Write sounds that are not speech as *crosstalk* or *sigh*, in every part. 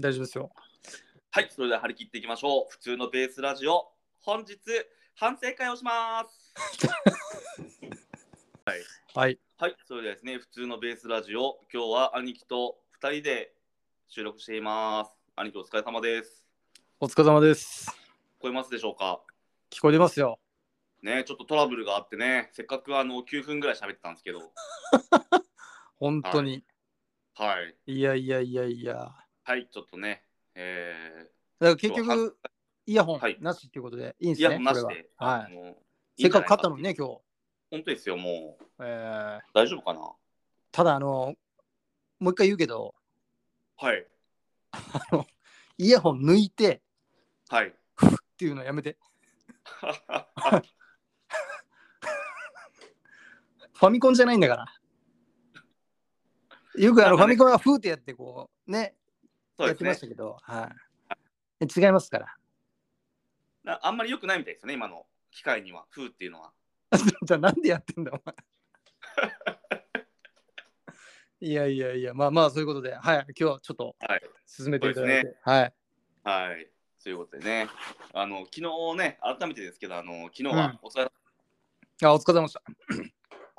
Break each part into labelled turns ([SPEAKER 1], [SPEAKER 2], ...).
[SPEAKER 1] 大丈夫ですよ。
[SPEAKER 2] はい、それでは張り切っていきましょう。普通のベースラジオ、本日反省会をします。
[SPEAKER 1] はい。
[SPEAKER 2] はい、それではですね、普通のベースラジオ、今日は兄貴と二人で収録しています。兄貴お疲れ様です。
[SPEAKER 1] お疲れ様です。
[SPEAKER 2] 聞こえますでしょうか
[SPEAKER 1] 聞こえてますよ。
[SPEAKER 2] ね、ちょっとトラブルがあってね、せっかくあの9分ぐらい喋ってたんですけど、
[SPEAKER 1] 本当に。
[SPEAKER 2] はい、
[SPEAKER 1] い、やいやいやいや。だか
[SPEAKER 2] はい、ちょっとね、え
[SPEAKER 1] ら結局、イヤホン
[SPEAKER 2] はい
[SPEAKER 1] なしっていうことで、いいん
[SPEAKER 2] ー、
[SPEAKER 1] です
[SPEAKER 2] イヤホ
[SPEAKER 1] ね。
[SPEAKER 2] ンなし
[SPEAKER 1] こ
[SPEAKER 2] で
[SPEAKER 1] れ、ははいい。
[SPEAKER 2] の
[SPEAKER 1] せっかく勝ったのにね、
[SPEAKER 2] 日。
[SPEAKER 1] 今日。
[SPEAKER 2] 本当ですよ、もう。
[SPEAKER 1] えー、
[SPEAKER 2] 大丈夫かな
[SPEAKER 1] ただ、あの、もう一回言うけど、
[SPEAKER 2] はい、
[SPEAKER 1] イヤホン抜いて
[SPEAKER 2] はい。 *laughs*
[SPEAKER 1] っていうのやめて。ファミコンじゃないんだから。よくあのフ
[SPEAKER 2] な
[SPEAKER 1] ァ
[SPEAKER 2] んかね
[SPEAKER 1] ミコンはフーってやってこう、ね、
[SPEAKER 2] そう
[SPEAKER 1] や
[SPEAKER 2] で
[SPEAKER 1] っ
[SPEAKER 2] す
[SPEAKER 1] てま
[SPEAKER 2] ね
[SPEAKER 1] した。けど、はい。え違いますから。
[SPEAKER 2] なあんまり良くないみたいですよね、今の機械には、風っていうのは。
[SPEAKER 1] *laughs* じゃあなんでやってんだお前。 *laughs* いやいやいや、まあまあそういうことで、はい、今日はちょっと
[SPEAKER 2] はい、
[SPEAKER 1] 進めていただいて、はい。
[SPEAKER 2] はい、ということでね、あの昨日ね、改めてですけど、あの昨日はお疲れ、
[SPEAKER 1] あ、お疲れ様でした。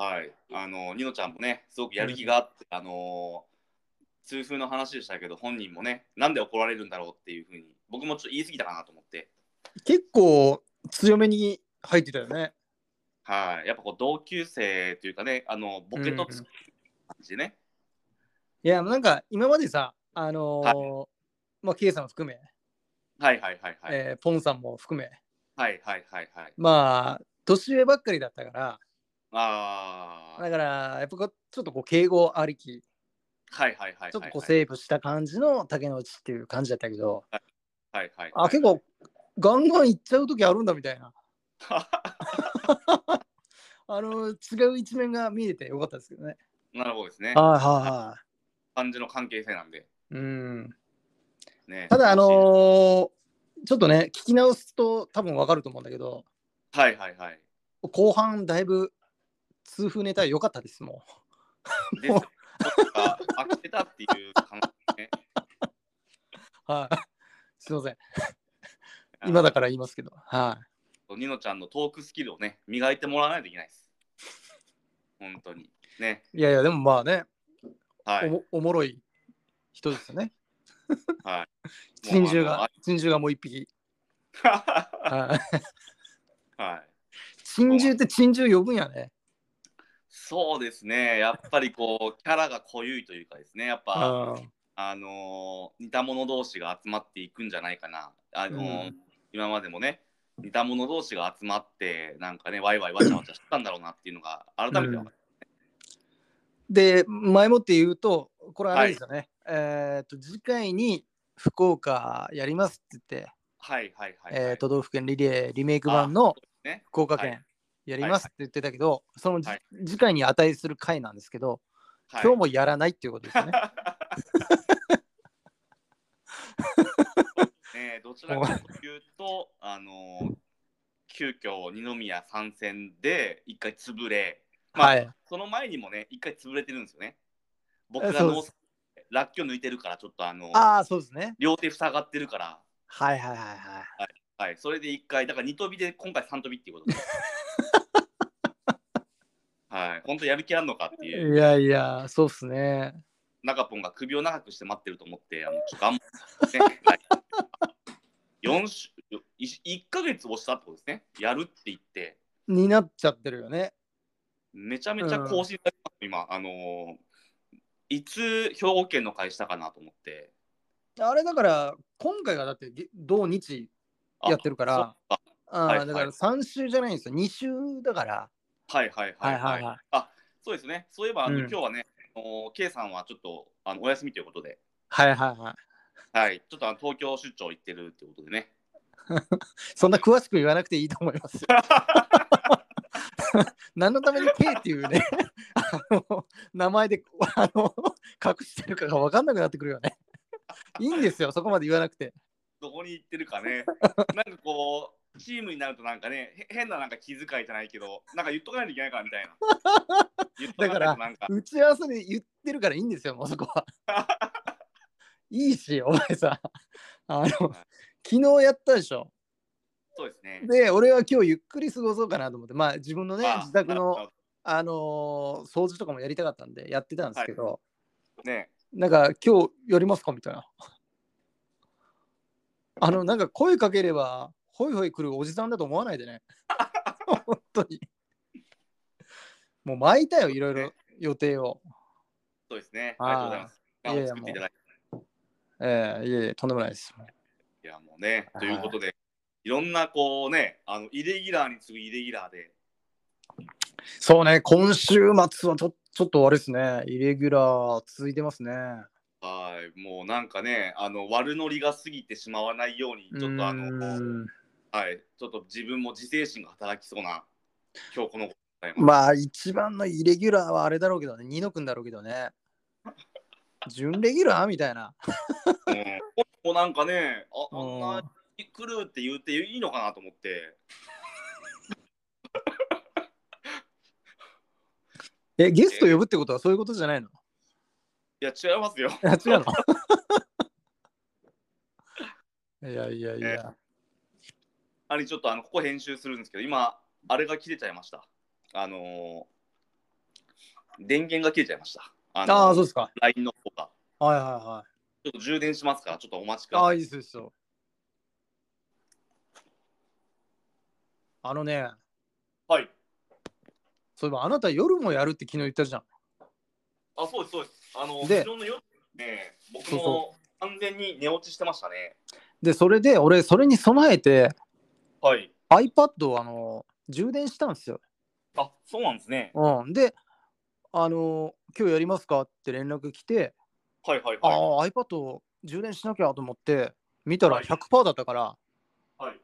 [SPEAKER 2] はい、あのニノちゃんもね、すごくやる気があって、あの痛風の話でしたけど、本人もね、なんで怒られるんだろうっていうふうに、僕もちょっと言い過ぎたかなと思って、
[SPEAKER 1] 結構強めに入ってたよね。
[SPEAKER 2] はい、やっぱこう同級生というかね、あのボケとつく感じでね、
[SPEAKER 1] いや、なんか今までさ、あのーまあ、K さんも含め、
[SPEAKER 2] はいはいはいはい、
[SPEAKER 1] えーポンさんも含め、
[SPEAKER 2] はいはいはいはい、
[SPEAKER 1] まあ、年上ばっかりだったから、
[SPEAKER 2] あー
[SPEAKER 1] だから、やっぱこうちょっとこう敬語ありき、
[SPEAKER 2] はいはいはいはいはい、
[SPEAKER 1] ちょっとこうセーブした感じの竹の内っていう感じだったけど、
[SPEAKER 2] はいはいはい、
[SPEAKER 1] あ、結構ガンガンいっちゃう時あるんだみた *laughs* いな。あの違う一面が見えてよかったですけどね。
[SPEAKER 2] なるほどですね、
[SPEAKER 1] はいは
[SPEAKER 2] 感じの関係性なんで、
[SPEAKER 1] いはい。うん、
[SPEAKER 2] ね、
[SPEAKER 1] ただ、あのーちょっとね、聞き直すと多分わかると思うんだけど、
[SPEAKER 2] はいはいはい。
[SPEAKER 1] 後半だいぶ痛風ネタ良かったですも
[SPEAKER 2] です
[SPEAKER 1] *laughs*
[SPEAKER 2] よ。あ飽きてたっていう感じね。
[SPEAKER 1] ん。はい。すいません。今だから言いますけど。は
[SPEAKER 2] ら。ニノちゃんのトークスキルをね、磨いてもらわないといけないです。本当に。ね。
[SPEAKER 1] い。いやいや、でもまあね、
[SPEAKER 2] はい。
[SPEAKER 1] お
[SPEAKER 2] もう
[SPEAKER 1] もおもろい人ですよね。。
[SPEAKER 2] はい
[SPEAKER 1] 珍獣
[SPEAKER 2] あの
[SPEAKER 1] が、珍獣がもう一匹。
[SPEAKER 2] あ
[SPEAKER 1] は
[SPEAKER 2] *laughs*
[SPEAKER 1] い。 *laughs*
[SPEAKER 2] はい。
[SPEAKER 1] 珍獣って珍獣呼ぶんやね。
[SPEAKER 2] そうですね。やっぱりこう、キャラが濃ゆいというかですね。やっ
[SPEAKER 1] あ
[SPEAKER 2] ぱ、あのー似た者同士が集まっていくんじゃないかな。あのー
[SPEAKER 1] うん
[SPEAKER 2] 今までもね、似た者同士が集まって、なんかね、ワイワイワチャワチャしてたんだろうなっていうのが、改めて分かった
[SPEAKER 1] で、前もって言うと、これあれですよね。えっと、次回に福岡やりますって言って、
[SPEAKER 2] はいはいはい、はい
[SPEAKER 1] えー都道府県リレーリメイク版の
[SPEAKER 2] ね
[SPEAKER 1] 福岡
[SPEAKER 2] は
[SPEAKER 1] 県やりますって言ってたけど、そのじ
[SPEAKER 2] はい
[SPEAKER 1] 次回に値する回なんですけど、
[SPEAKER 2] はい
[SPEAKER 1] 今日もやらないっていうことですよ
[SPEAKER 2] *laughs*
[SPEAKER 1] ね。
[SPEAKER 2] ね、どちらかというと、あのー急遽二宮参戦で一回潰れ、まあ
[SPEAKER 1] はい。
[SPEAKER 2] その前にもね、一回潰れてるんですよね。僕
[SPEAKER 1] え
[SPEAKER 2] が
[SPEAKER 1] そう
[SPEAKER 2] ノ
[SPEAKER 1] で
[SPEAKER 2] ースラッキョ抜いてるから、ちょっとあの
[SPEAKER 1] ああ、そうですね。
[SPEAKER 2] 両手塞がってるから、
[SPEAKER 1] はいはいはいはい。
[SPEAKER 2] はい、それで一回、だから二飛びで今回三飛びっていうことで。
[SPEAKER 1] *laughs*
[SPEAKER 2] はい、本当やる気あんのかっていう、
[SPEAKER 1] いやいや、そうっすね。
[SPEAKER 2] 中ポンが首を長くして待ってると思って、あのちょっと頑張
[SPEAKER 1] *laughs*
[SPEAKER 2] って、ねはい、4週1ヶ月押したってことですね、やるって言って。
[SPEAKER 1] になっちゃってるよね。
[SPEAKER 2] めちゃめちゃ更新されてます、今、あのーいつ兵庫県の会したかなと思って。
[SPEAKER 1] あれだから、今回がだって、げ同日
[SPEAKER 2] あ
[SPEAKER 1] やってるから
[SPEAKER 2] そっか
[SPEAKER 1] あー、
[SPEAKER 2] はいはい
[SPEAKER 1] だから3週じゃないんですよ。2週だから。
[SPEAKER 2] はいはいはい
[SPEAKER 1] はい
[SPEAKER 2] はい。
[SPEAKER 1] はいはい
[SPEAKER 2] あそうですね。そういえば、あの
[SPEAKER 1] うん
[SPEAKER 2] 今日はね、あのー K さんはちょっとあのお休みということで、
[SPEAKER 1] はいはいはい。
[SPEAKER 2] はい、ちょっとあの東京出張行ってるってことでね。
[SPEAKER 1] そんな詳しく言わなくていいと思いますよ。何のために K っていうね、 *laughs* あの名前であの隠してるかが分かんなくなってくるよね。いいんですよ、そこまで言わなくて。
[SPEAKER 2] どこに行ってるか
[SPEAKER 1] *laughs*
[SPEAKER 2] ね。なんかこう、チームになるとなんかね、へ変ななんか気遣いじゃないけど、なんか言っとかないといけないからみたい
[SPEAKER 1] *laughs*
[SPEAKER 2] な。言っとかないとなんか、
[SPEAKER 1] 打ち合わせで言ってるからいいんですよ、もうそこは。いいし、お前さ、あの、昨日やったでしょ。
[SPEAKER 2] そうですね。
[SPEAKER 1] で、俺は今日ゆっくり過ごそうかなと思って、まあ自分のね、
[SPEAKER 2] まあ
[SPEAKER 1] 自宅
[SPEAKER 2] なる
[SPEAKER 1] の、あのー掃除とかもやりたかったんで、やってたんですけど、
[SPEAKER 2] ほどね。
[SPEAKER 1] なんか今日やりますかみたいな。 *laughs* あの、なんか声かければ、ホイホイ来るおじさんだと思わないでね。本当に。もう巻いたよ、いろいろ予定を。
[SPEAKER 2] そうですね。
[SPEAKER 1] あー
[SPEAKER 2] ありがとうございます。時
[SPEAKER 1] いや
[SPEAKER 2] 間
[SPEAKER 1] い
[SPEAKER 2] を
[SPEAKER 1] や
[SPEAKER 2] 作っていただいて。
[SPEAKER 1] ええいえいえ、とんでもないです。
[SPEAKER 2] いや、もうね。
[SPEAKER 1] はい
[SPEAKER 2] ということで、いろんなこうね、あの、イレギュラーに次ぐイレギュラーで、
[SPEAKER 1] そうね、今週末はちょちょっとあれですね、イレギュラー続いてますね。
[SPEAKER 2] はい、もうなんかね、あの、悪ノリが過ぎてしまわないように、ちょっとあ
[SPEAKER 1] う
[SPEAKER 2] の、
[SPEAKER 1] ーん
[SPEAKER 2] はい、ちょっと自分も自制心が働きそうな、今日この頃でございます。
[SPEAKER 1] まあ、一番のイレギュラーはあれだろうけどね、ニノ君だろうけど
[SPEAKER 2] *laughs*
[SPEAKER 1] ね。準レギュラーみたいな。
[SPEAKER 2] うん、もうなんかね、ああん
[SPEAKER 1] う
[SPEAKER 2] なんに来るって言っていいのかなと思って、
[SPEAKER 1] え、ゲスト呼ぶってことはそういうことじゃないの
[SPEAKER 2] いや、違います
[SPEAKER 1] *laughs*
[SPEAKER 2] よ。
[SPEAKER 1] いや違うの *laughs* いやいやいや。
[SPEAKER 2] あれ、ちょっとあのここ編集するんですけど、今、あれが切れちゃいました。あのー電源が切れちゃいました。あのー
[SPEAKER 1] ああ、そうですか。
[SPEAKER 2] LINE の方が。
[SPEAKER 1] はいはいは
[SPEAKER 2] ちょっと充電しますから、ちょっとお待ちく
[SPEAKER 1] い。
[SPEAKER 2] だ
[SPEAKER 1] あ
[SPEAKER 2] さ
[SPEAKER 1] あ、
[SPEAKER 2] い。
[SPEAKER 1] いいですよいいですよ。あのね、
[SPEAKER 2] はい。
[SPEAKER 1] そういえばあなた夜もやるって昨日言ったじゃん。
[SPEAKER 2] あ、そうです、そうです。あのー、
[SPEAKER 1] で
[SPEAKER 2] 昨日の夜ね、僕
[SPEAKER 1] そうそ
[SPEAKER 2] も完全に寝落ちしてましたね。
[SPEAKER 1] で、それで俺、それに備えて
[SPEAKER 2] はい。
[SPEAKER 1] iPad をあの充電したんですよ。
[SPEAKER 2] あ、そうなんですね。
[SPEAKER 1] うん、で、あの今日やりますかって連絡来て、
[SPEAKER 2] はいはい
[SPEAKER 1] あ
[SPEAKER 2] はい。
[SPEAKER 1] あ、iPad を充電しなきゃと思って、見たら
[SPEAKER 2] はい
[SPEAKER 1] 100%だったから、
[SPEAKER 2] はい、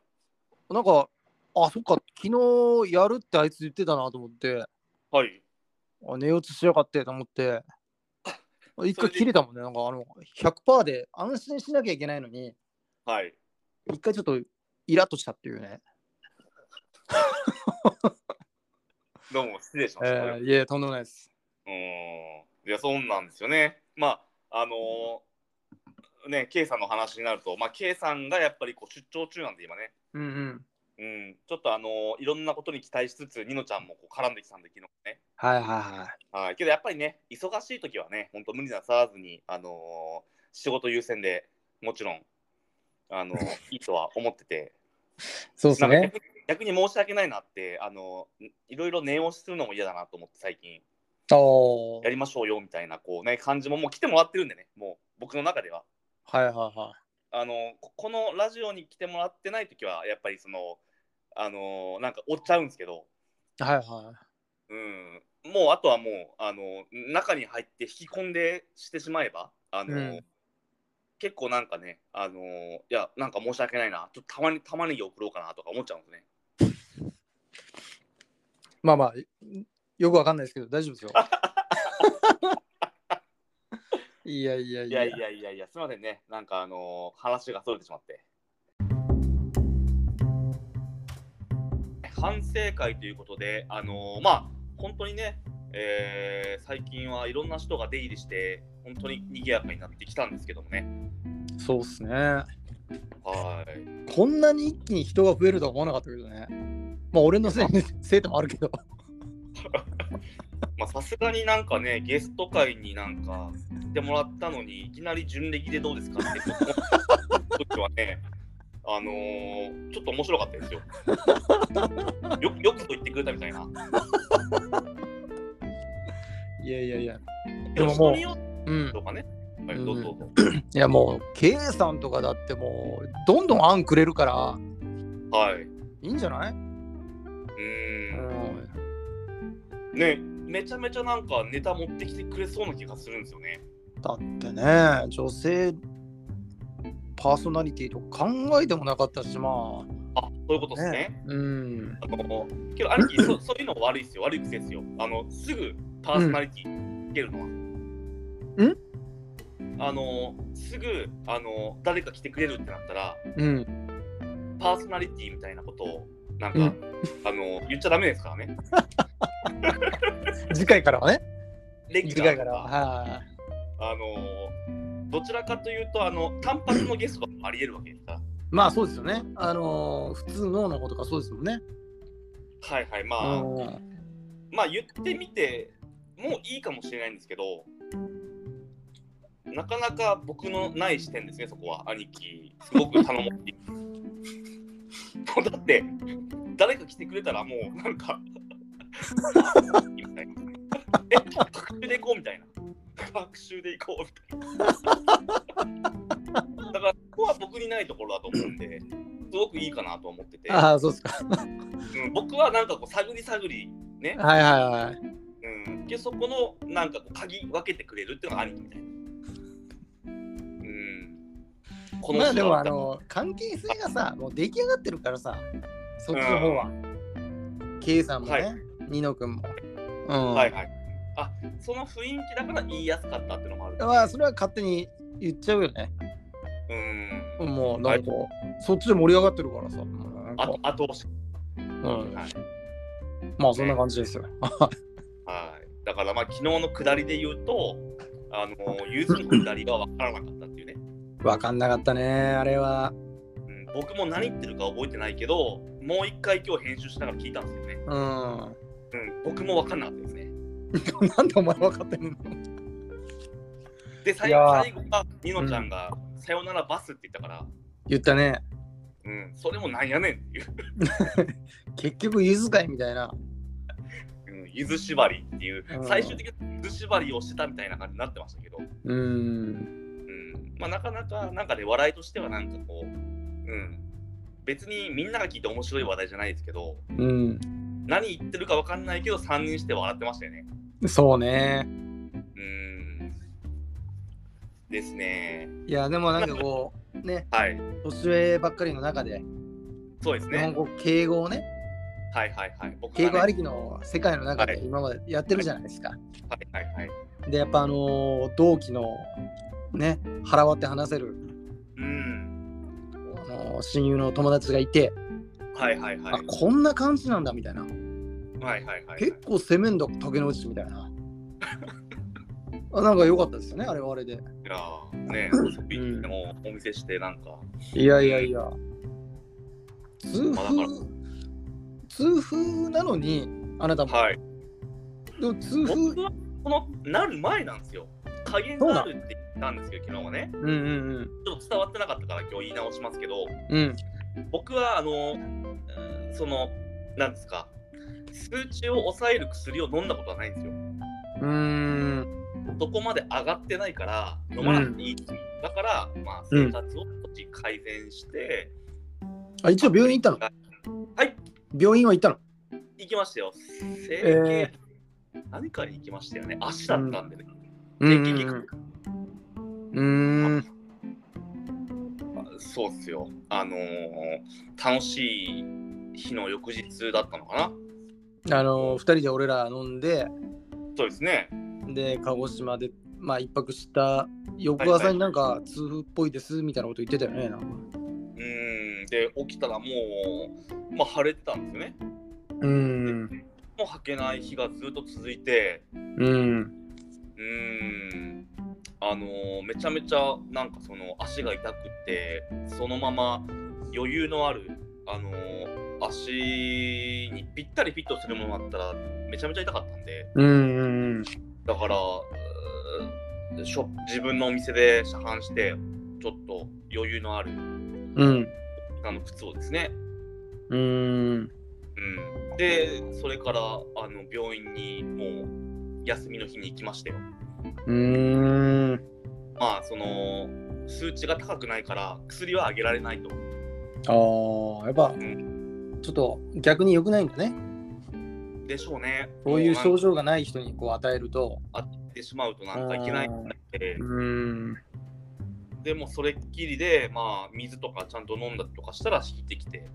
[SPEAKER 1] なんか、あ、そっか、昨日やるってあいつ言ってたなと思って、
[SPEAKER 2] はい。
[SPEAKER 1] あ寝落ちしやがってと思 *laughs* って、あ一回切れたもんね、なんかあの、100%で安心しなきゃいけないのに、
[SPEAKER 2] はい。
[SPEAKER 1] 一回ちょっとイラッとしたっていうね。
[SPEAKER 2] どうも、失礼しました。
[SPEAKER 1] えー、いえ、とんでもないです。
[SPEAKER 2] うーんいや、そうなんですよね。まあ、あのーね、K さんの話になると、まあ、K さんがやっぱりこう出張中なんで、今ね、
[SPEAKER 1] うんうん。
[SPEAKER 2] うん、ちょっとあのーいろんなことに期待しつつ、ニノちゃんもこう絡んできたんで、昨日ね。
[SPEAKER 1] はいはいはい。
[SPEAKER 2] はい、けどやっぱりね、忙しい時はね、本当無理なさらずに、あのー仕事優先でもちろん、
[SPEAKER 1] *laughs*
[SPEAKER 2] あのーいいとは思ってて、
[SPEAKER 1] そうです
[SPEAKER 2] なん
[SPEAKER 1] ね
[SPEAKER 2] か。逆に逆に申し訳ないなって、あのーいろいろ念押しするのも嫌だなと思って、最近。
[SPEAKER 1] おー
[SPEAKER 2] やりましょうよみたいなこうね感じももう来てもらってるんでねもう僕の中では
[SPEAKER 1] はいはいは
[SPEAKER 2] あのここのラジオに来てもらってない時はやっぱりそのあのなんか追っちゃうんですけど、
[SPEAKER 1] い。はいはい。
[SPEAKER 2] うん、もうあとはもうあの中に入って引き込んでしてしまえばあの、
[SPEAKER 1] うん
[SPEAKER 2] 結構なんかねあのいやなんか申し訳ないなちょっとたまに玉ねぎ送ろうかなとか思っちゃうんですね
[SPEAKER 1] まあまあ、よくわかんないですけど、大丈 *laughs* 夫ですよ。いやいやい
[SPEAKER 2] い
[SPEAKER 1] や。
[SPEAKER 2] やいやいやいやすいませんねなんかあの話がそれてしまって反省会ということであのまあ本当にね、えー最近はいろんな人が出入りして本当に賑やかになってきたんですけどもね
[SPEAKER 1] そうっすね。
[SPEAKER 2] はい
[SPEAKER 1] こんなに一気に人が増えるとは思わなかったけどね。まあ、俺の *laughs* せいにせいでもあるけど。
[SPEAKER 2] まあさすがになんかねゲスト会になんか来てもらったのにいきなり純歴でどうですかって時はねあのーちょっと面白かったですよよくよくと言ってくれたみたいない
[SPEAKER 1] やいやいや。
[SPEAKER 2] で
[SPEAKER 1] で
[SPEAKER 2] も
[SPEAKER 1] ももう
[SPEAKER 2] もう人によ
[SPEAKER 1] うん
[SPEAKER 2] って。とかね、はい、
[SPEAKER 1] うん
[SPEAKER 2] どうぞどうぞ、
[SPEAKER 1] いや、もう、K さんとかだってもう、どんどん案くれるから、
[SPEAKER 2] はい。う
[SPEAKER 1] いいんじゃない
[SPEAKER 2] ーん。
[SPEAKER 1] う
[SPEAKER 2] ね、めちゃめちゃなんかネタ持ってきてくれそうな気がするんですよね。
[SPEAKER 1] ん。だってね、女性パーソナリティとか考えてもなかったし、まあ。
[SPEAKER 2] あ、そういうことですね。
[SPEAKER 1] うん。
[SPEAKER 2] あの、けど兄貴、そそういうの悪いですよ。悪い癖ですよ。あの、すぐパーソナリティつけるのは。
[SPEAKER 1] ん
[SPEAKER 2] あの、すぐ、あの、誰か来てくれるってなったら、
[SPEAKER 1] うん。
[SPEAKER 2] パーソナリティみたいなことを、なんか、
[SPEAKER 1] うん
[SPEAKER 2] あの、言っちゃダメですからね。
[SPEAKER 1] 次回からはね。
[SPEAKER 2] レギ
[SPEAKER 1] 次
[SPEAKER 2] ュラ
[SPEAKER 1] 回
[SPEAKER 2] ーと
[SPEAKER 1] からは。
[SPEAKER 2] か、
[SPEAKER 1] はい。
[SPEAKER 2] あの、どちらかというと、あの、単発のゲストもあり得るわけですか。
[SPEAKER 1] まあそうですよね。あのー普通のなことかそうですもんね。
[SPEAKER 2] はいはい、まあ、
[SPEAKER 1] うん
[SPEAKER 2] まあ言ってみてもいいかもしれないんですけど、なかなか僕のない視点ですね、そこは、兄貴。すごく頼もしい。 *laughs* もうだって、誰か来てくれたらもう、なんか *laughs* みたいな、え、学習で行こうみたいな。学習で行こうみたいな。だから、ここは僕にないところだと思うんで、すごくいいかなと思ってて、
[SPEAKER 1] ああ、そうですか。
[SPEAKER 2] うん、僕はなんかこう、探り探り、ね、
[SPEAKER 1] はいはいはい。
[SPEAKER 2] うん、でそこのなんかこう鍵分けてくれるっていうのが兄貴みたいな。うん。こ
[SPEAKER 1] まあ
[SPEAKER 2] 人
[SPEAKER 1] で
[SPEAKER 2] だ
[SPEAKER 1] も
[SPEAKER 2] っ
[SPEAKER 1] あ
[SPEAKER 2] たら
[SPEAKER 1] の関係性がさ、もう出来上がってるからさ、そっちの方は。K さんも
[SPEAKER 2] は
[SPEAKER 1] ね
[SPEAKER 2] い、
[SPEAKER 1] ニノ君も。うん。
[SPEAKER 2] はいはい。あその雰囲気だから言いやすかったっていうのもある。
[SPEAKER 1] まあそれは勝手に言っちゃうよね。
[SPEAKER 2] うん。
[SPEAKER 1] もうなんか、そっちで盛り上がってるからさ。もうなんか
[SPEAKER 2] あと、あと押し、
[SPEAKER 1] うん
[SPEAKER 2] はい。
[SPEAKER 1] まあそんな感じですよ。
[SPEAKER 2] はい。だからまあ昨日の下りで言うと、あの、ゆずの下りが分からなかったっていうね。
[SPEAKER 1] わかんなかったね、あれは。
[SPEAKER 2] うん、僕も何言ってるか覚えてないけど、もう一回今日編集しながら聞いたんですよね。
[SPEAKER 1] うん。 *laughs* な
[SPEAKER 2] うん。僕も分かんなかったですね。
[SPEAKER 1] んでお前分かってんの
[SPEAKER 2] で、最
[SPEAKER 1] いやー
[SPEAKER 2] 最後は、ニノちゃんが、さよならバスって言ったから、
[SPEAKER 1] 言ったね。
[SPEAKER 2] うん、それもなんやねんっていう、
[SPEAKER 1] 結局、ゆずかいみたいな。
[SPEAKER 2] うん、ゆず縛りっていう
[SPEAKER 1] う、ん
[SPEAKER 2] 最終的にゆず縛りをしてたみたいな感じになってましたけど、
[SPEAKER 1] うん。
[SPEAKER 2] うん、まあなかなか、なんかね、笑いとしてはなんかこう、うん、別にみんなが聞いて面白い話題じゃないですけど、
[SPEAKER 1] うん。
[SPEAKER 2] 何言ってるかわかんないけど、3人して笑ってましたよね。
[SPEAKER 1] そうね。
[SPEAKER 2] うん。ですね。
[SPEAKER 1] いや、でもなんかこう、ね、
[SPEAKER 2] はい、
[SPEAKER 1] 年上ばっかりの中で、
[SPEAKER 2] そうです
[SPEAKER 1] 日本
[SPEAKER 2] ね。
[SPEAKER 1] 語、敬語をね、
[SPEAKER 2] はいはいはい。僕
[SPEAKER 1] 敬
[SPEAKER 2] がね
[SPEAKER 1] 語ありきの世界の中
[SPEAKER 2] は
[SPEAKER 1] で
[SPEAKER 2] い
[SPEAKER 1] 今までやってるじゃないですか。
[SPEAKER 2] はいはいはい。
[SPEAKER 1] で、やっぱあのー同期の、ね、腹割って話せる、
[SPEAKER 2] うん。
[SPEAKER 1] あのー親友の友達がいて、
[SPEAKER 2] はいはいはい。
[SPEAKER 1] あ、こんな感じなんだみたいな。
[SPEAKER 2] はいはいはい。
[SPEAKER 1] 結構攻めんだ竹の内みたい
[SPEAKER 2] *laughs*
[SPEAKER 1] な。あなんか良かったですよね、あれはあれで。
[SPEAKER 2] いやーね、そういうのもお見せして、なんか、
[SPEAKER 1] いやいやいや。痛
[SPEAKER 2] まあだか
[SPEAKER 1] 風
[SPEAKER 2] ら、
[SPEAKER 1] 痛風なのに、あなたも。
[SPEAKER 2] はい。
[SPEAKER 1] でも痛風、
[SPEAKER 2] 僕はこのなる前なんですよ。加減
[SPEAKER 1] そうな
[SPEAKER 2] な
[SPEAKER 1] の
[SPEAKER 2] るって言ったんですけど、昨日はね。
[SPEAKER 1] うんうん
[SPEAKER 2] ちょっと伝わってなかったから、今日言い直しますけど、
[SPEAKER 1] うん。うん。
[SPEAKER 2] 僕は、あの、えーその、なんですか、数値を抑える薬を飲んだことはないんですよ。
[SPEAKER 1] うーん。
[SPEAKER 2] どこまで上がってないから、飲まなくていい。だから、まあ、生活を少し改善して、
[SPEAKER 1] あ、一応病院行ったの
[SPEAKER 2] はい、
[SPEAKER 1] 病院は行ったの
[SPEAKER 2] 行きましたよ。整形、
[SPEAKER 1] え
[SPEAKER 2] 何かに行きましたよね。足だったんでね。
[SPEAKER 1] うん
[SPEAKER 2] 整
[SPEAKER 1] う
[SPEAKER 2] 形
[SPEAKER 1] ん
[SPEAKER 2] 外科
[SPEAKER 1] うん。うーん。
[SPEAKER 2] そうっすよ。あのー楽しい日の翌日だったのかな。
[SPEAKER 1] あのー、二人で俺ら飲んで、
[SPEAKER 2] そうですね。
[SPEAKER 1] で、鹿児島で、まあ、一泊した翌朝になんか痛風っぽいですみたいなこと言ってたよね。なんか
[SPEAKER 2] うん。で、起きたらもう、まあ、晴れてたんですよね。
[SPEAKER 1] うん。
[SPEAKER 2] もう履けない日がずっと続いて、
[SPEAKER 1] うん。
[SPEAKER 2] うん。あのーめちゃめちゃ、なんかその足が痛くって、そのまま余裕のある、あのー足にぴったりフィットするものだったら、めちゃめちゃ痛かったんで。
[SPEAKER 1] うんうんうん。
[SPEAKER 2] だから、うーショップ自分のお店で車販して、ちょっと余裕のある
[SPEAKER 1] うん。
[SPEAKER 2] あの靴をですね。
[SPEAKER 1] うーん。
[SPEAKER 2] うん、で、それからあの病院にもう休みの日に行きましたよ。
[SPEAKER 1] うーん。
[SPEAKER 2] まあ、その数値が高くないから薬はあげられないと。
[SPEAKER 1] ああ、やっぱ、
[SPEAKER 2] う
[SPEAKER 1] ちょっと逆に良くないんだね。
[SPEAKER 2] でしょうね。
[SPEAKER 1] そういう
[SPEAKER 2] も
[SPEAKER 1] 症
[SPEAKER 2] う
[SPEAKER 1] 状がない人にこう与えると。
[SPEAKER 2] なんかあってしまうとなんかいけないんだって
[SPEAKER 1] う。ーん。
[SPEAKER 2] でもそれっきりで、まあ、水とかちゃんと飲んだりとかしたら引いてきて、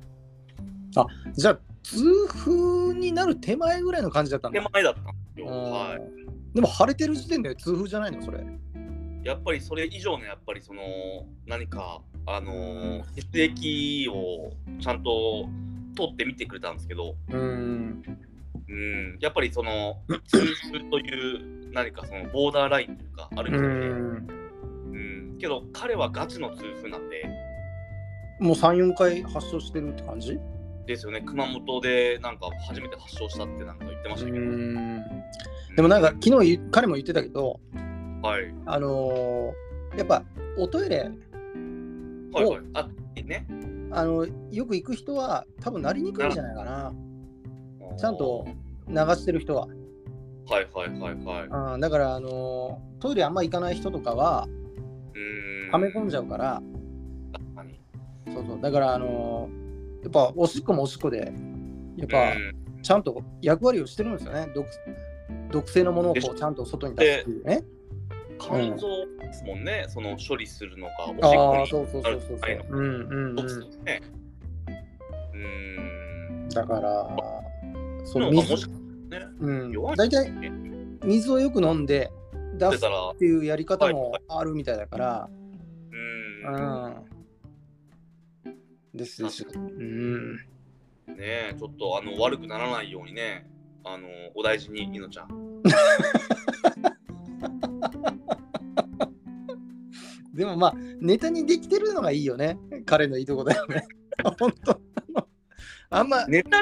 [SPEAKER 1] じゃあ、痛風になる手前ぐらいの感じだったん
[SPEAKER 2] 手
[SPEAKER 1] だ。
[SPEAKER 2] 前だったんですよ。
[SPEAKER 1] うーん
[SPEAKER 2] はい。
[SPEAKER 1] でも、腫れてる時点で痛風じゃないの、それ。
[SPEAKER 2] やっぱりそれ以上のやっぱりその何かあのー血液をちゃんと取ってみてくれたんですけど、
[SPEAKER 1] うん。
[SPEAKER 2] うん、やっぱりその痛風という何かそのボーダーラインというかあるみたいで、うんけど彼はガチの痛風なんで
[SPEAKER 1] もう3、4回発症してるって感じ
[SPEAKER 2] ですよね熊本でなんか初めて発症したってなんか言ってましたけど、
[SPEAKER 1] でもなんか昨日ゆ彼も言ってたけど、
[SPEAKER 2] はい
[SPEAKER 1] あのーやっぱおトイレ、
[SPEAKER 2] はいはいあね
[SPEAKER 1] あのよく行く人は多分なりにくいんじゃないかな、ちゃんと流してる人は。
[SPEAKER 2] はいはいはいはい
[SPEAKER 1] あーだから、あのートイレあんま行かない人とかは
[SPEAKER 2] うーん
[SPEAKER 1] はめ込んじゃうから、
[SPEAKER 2] 確かに
[SPEAKER 1] そうそうだから、あのーやっぱおしっこもおしっこで、やっぱ
[SPEAKER 2] うん
[SPEAKER 1] ちゃんと役割をしてるんですよね、毒毒性のものを
[SPEAKER 2] でし
[SPEAKER 1] こ
[SPEAKER 2] ょ
[SPEAKER 1] うちゃんと外に出すっていうね。
[SPEAKER 2] 肝臓ですもんね、その処理するのがおし
[SPEAKER 1] あ
[SPEAKER 2] っ
[SPEAKER 1] あ
[SPEAKER 2] こ
[SPEAKER 1] ー、
[SPEAKER 2] に
[SPEAKER 1] そうそうそうそう
[SPEAKER 2] ある
[SPEAKER 1] そう。うんうんう
[SPEAKER 2] どうする
[SPEAKER 1] ん、
[SPEAKER 2] ねうーん
[SPEAKER 1] だから、その
[SPEAKER 2] なんかも
[SPEAKER 1] 水
[SPEAKER 2] し、
[SPEAKER 1] うん
[SPEAKER 2] 弱い、
[SPEAKER 1] 大体
[SPEAKER 2] ね
[SPEAKER 1] 水をよく飲んで出
[SPEAKER 2] 出
[SPEAKER 1] す
[SPEAKER 2] たら
[SPEAKER 1] っていうやり方も
[SPEAKER 2] はい
[SPEAKER 1] あるみたいだから、
[SPEAKER 2] うーん
[SPEAKER 1] うん。ですです。うん。
[SPEAKER 2] ねえちょっとあの悪くならないようにねあのお大事にいのちゃん
[SPEAKER 1] でもまあ、ネタにできてるのがいいよね。彼のいいとこだよね。 *laughs* 本当あのあんま
[SPEAKER 2] ネタ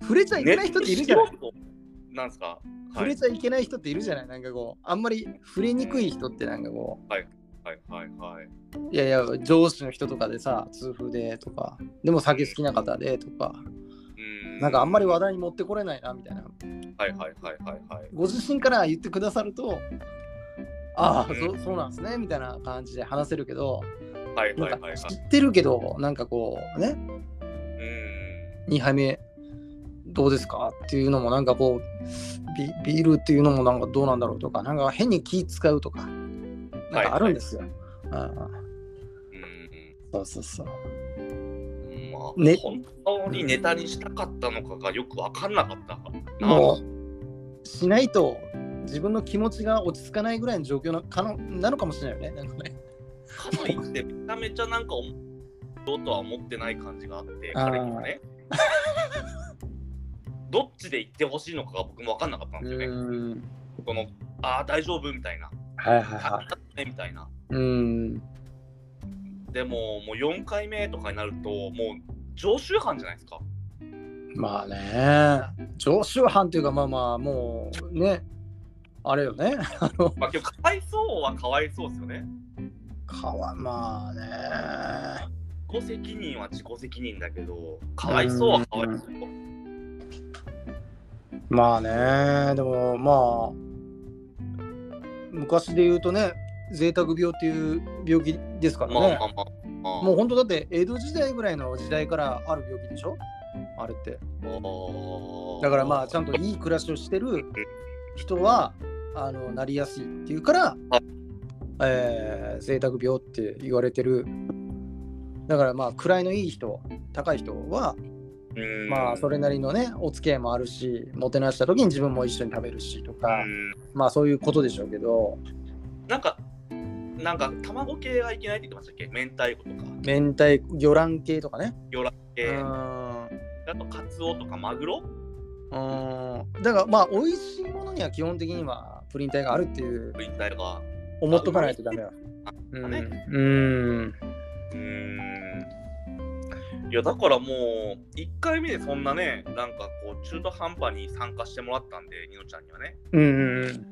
[SPEAKER 1] 触れちゃいけない人っているじゃない、
[SPEAKER 2] なんですか
[SPEAKER 1] 触れちゃいけない人っているじゃないなんかこう、あんまり触れにくい人ってなんかこ
[SPEAKER 2] はいはいはい。
[SPEAKER 1] う、いやいや、上司の人とかでさ、痛風でとか、でも酒好きな方でとか、
[SPEAKER 2] うん
[SPEAKER 1] なんかあんまり話
[SPEAKER 2] は
[SPEAKER 1] 題に持ってこれないなみたいな。
[SPEAKER 2] いはいはいはいはい。
[SPEAKER 1] ご自身から言ってくださると、ああ、
[SPEAKER 2] うん
[SPEAKER 1] そうそうなんですねみたいな感じで話せるけど、
[SPEAKER 2] はい
[SPEAKER 1] な
[SPEAKER 2] は
[SPEAKER 1] ん
[SPEAKER 2] い
[SPEAKER 1] か
[SPEAKER 2] はいはい。
[SPEAKER 1] 知ってるけど、なんかこうね、
[SPEAKER 2] うん。
[SPEAKER 1] 2杯目どうですかっていうのも、なんかこうビ、ビールっていうのもなんかどうなんだろうとか、なんか変に気使うとか、なんかあるんですよ。うん
[SPEAKER 2] う
[SPEAKER 1] そうそうそう。
[SPEAKER 2] ん。まあ、
[SPEAKER 1] ね
[SPEAKER 2] 本当にネタにしたかったのかがよくわかんなかったな。
[SPEAKER 1] もう、しないと自分の気持ちが落ち着かないぐらいの状況なかのなのかもしれないよね。なんかね
[SPEAKER 2] かといってめちゃめちゃなんかおもろうとは思ってない感じがあって、
[SPEAKER 1] あー
[SPEAKER 2] 彼にはね。どっちで言ってほしいのかが僕もわかんなかったんですよね。
[SPEAKER 1] ん。
[SPEAKER 2] この、ああ、大丈夫みたいな。
[SPEAKER 1] はいはい
[SPEAKER 2] あ
[SPEAKER 1] い。
[SPEAKER 2] ねみたいな。
[SPEAKER 1] うん。
[SPEAKER 2] でも、もう4回目とかになると、もう常習犯じゃないですか。
[SPEAKER 1] まあね、常習犯というか、まあまあ、もうね、あれよね、
[SPEAKER 2] まあ、けどかわいそうはかわいそうですよね。
[SPEAKER 1] かわまあね、
[SPEAKER 2] 自己責任は自己責任だけど、かわいそうはかわいそう。
[SPEAKER 1] まあね、でもまあ、昔で言うとね、贅沢病っていう病気ですからね、
[SPEAKER 2] まあまあまあまあ。
[SPEAKER 1] もう本当だって江戸時代ぐらいの時代からある病気でしょ、あれって。
[SPEAKER 2] あー
[SPEAKER 1] だからまあ、ちゃんといい暮らしをしてる人は、あのなりやすいっていうから
[SPEAKER 2] はい、
[SPEAKER 1] えー、贅沢病って言われてる。だからまあ、位のいい人、高い人は、
[SPEAKER 2] うん
[SPEAKER 1] まあ、それなりのね、お付き合いもあるし、もてなした時に自分も一緒に食べるしとか、
[SPEAKER 2] うん
[SPEAKER 1] まあ、そういうことでしょうけど、
[SPEAKER 2] なんか、なんか卵系はいけないって言ってましたっけ明太子とか、
[SPEAKER 1] 明太子、魚卵系とかね。
[SPEAKER 2] 魚卵系、
[SPEAKER 1] う
[SPEAKER 2] あ
[SPEAKER 1] ーん
[SPEAKER 2] とカツオとかマグロ
[SPEAKER 1] うーんだからまあ、美味しいものには基本的にはプリン体があるっていう、
[SPEAKER 2] みたいなのが。
[SPEAKER 1] 思っとかないとダメだ。うん。うん
[SPEAKER 2] うん。いや、だからもう、1回目でそんなね、なんかこう、中途半端に参加してもらったんで、ニノちゃんにはね。
[SPEAKER 1] うんうん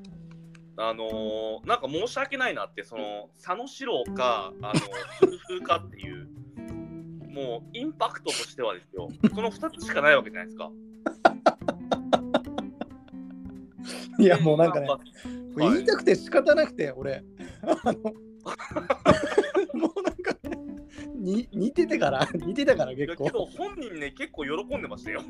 [SPEAKER 2] あのーなんか申し訳ないなって、その佐野史郎か、あの夫婦かっていう、もうインパクトとしてはですよ、この2つしかないわけじゃないですか。
[SPEAKER 1] いやもうなんかね、
[SPEAKER 2] は
[SPEAKER 1] 言いたくて仕方なくて俺あのもうなんかねに似ててから *laughs* 似てたから
[SPEAKER 2] いや
[SPEAKER 1] 結
[SPEAKER 2] けど
[SPEAKER 1] 構
[SPEAKER 2] 本人ね、結構喜んでましたよ。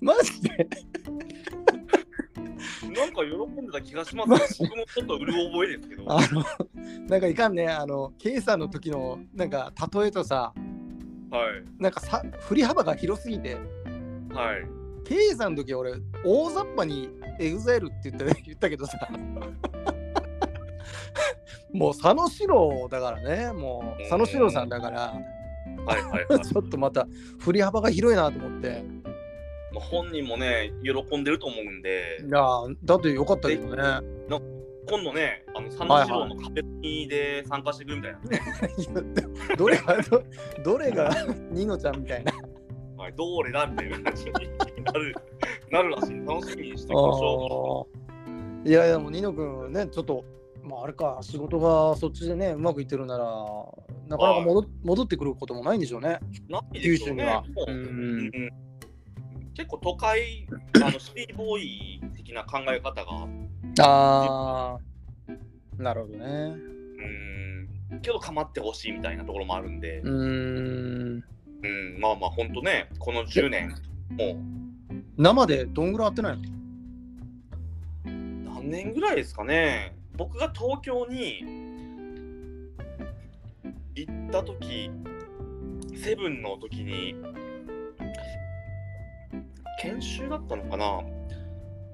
[SPEAKER 1] マジで
[SPEAKER 2] なんか喜んでた気がします、ね、僕もちょっとうる覚えですけど。
[SPEAKER 1] あのなんかいかんねあの K さんの時のなんか例えとさ
[SPEAKER 2] はい。
[SPEAKER 1] なんかさ振り幅が広すぎて
[SPEAKER 2] はい。
[SPEAKER 1] K さんの時俺大雑把に EXILE って言った *laughs* 言ったけどさもう佐野史郎だからねもう佐野史郎さんだから
[SPEAKER 2] はいはい、はい。
[SPEAKER 1] ちょっとまた振り幅が広いなと思って。
[SPEAKER 2] まあ、本人もね、喜んでると思うんで、
[SPEAKER 1] いやーだってよかったけどね。
[SPEAKER 2] の今度ね、あの三四郎の壁にで参加してくるみたいな、ね
[SPEAKER 1] どれがどどれがニノちゃんみたいな
[SPEAKER 2] はい、どれだみたいな感じになるなるらしい。楽しみにしていきましょ
[SPEAKER 1] あーいやいやもうニノ君ねちょっとまああれか仕事がそっちでねうまくいってるならなかなか戻っ戻ってくることもないんでしょうね。
[SPEAKER 2] う。ないでしょうね。もう
[SPEAKER 1] うんうん
[SPEAKER 2] うん結構都会、あのシティボーイ的な考え方が、
[SPEAKER 1] ああなるほどね。
[SPEAKER 2] うん、けど構ってほしいみたいなところもあるんで、
[SPEAKER 1] うーん
[SPEAKER 2] うん、まあまあ、本当ね、この10年、も
[SPEAKER 1] 生でどんぐらい会ってないの
[SPEAKER 2] う何年ぐらいですかね、僕が東京に行った時セブンの時に、研修だったのかな、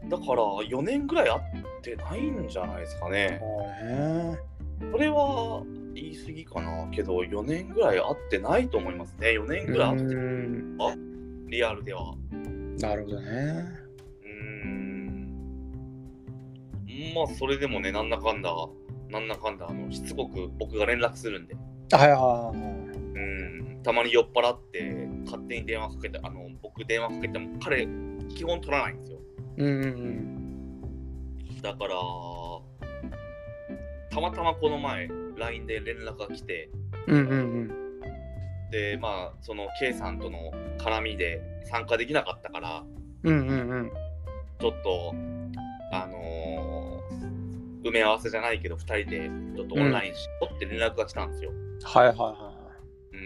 [SPEAKER 2] だから4年ぐらい会ってないんじゃないですかね。
[SPEAKER 1] ね
[SPEAKER 2] これは言い過ぎかな、けど4年ぐらい会ってないと思いますね、4年ぐらい会って、
[SPEAKER 1] ん
[SPEAKER 2] リアルでは。
[SPEAKER 1] なるほどね。
[SPEAKER 2] うーんまあそれでもねなんだかんだなんだかんだあのしつこく僕が連絡するんで
[SPEAKER 1] はいはいはい。
[SPEAKER 2] うんたまに酔っ払って勝手に電話かけてあの僕電話かけても彼基本取らないんですよ
[SPEAKER 1] うんうん
[SPEAKER 2] だからたまたまこの前 LINE で連絡が来て
[SPEAKER 1] うんうんうん
[SPEAKER 2] でまあその K さんとの絡みで参加できなかったから
[SPEAKER 1] うんうんうん
[SPEAKER 2] ちょっと、あのー埋め合わせじゃないけど、2人でちょっとオンラインしようって連絡が来たんですよ。
[SPEAKER 1] はいはいは
[SPEAKER 2] う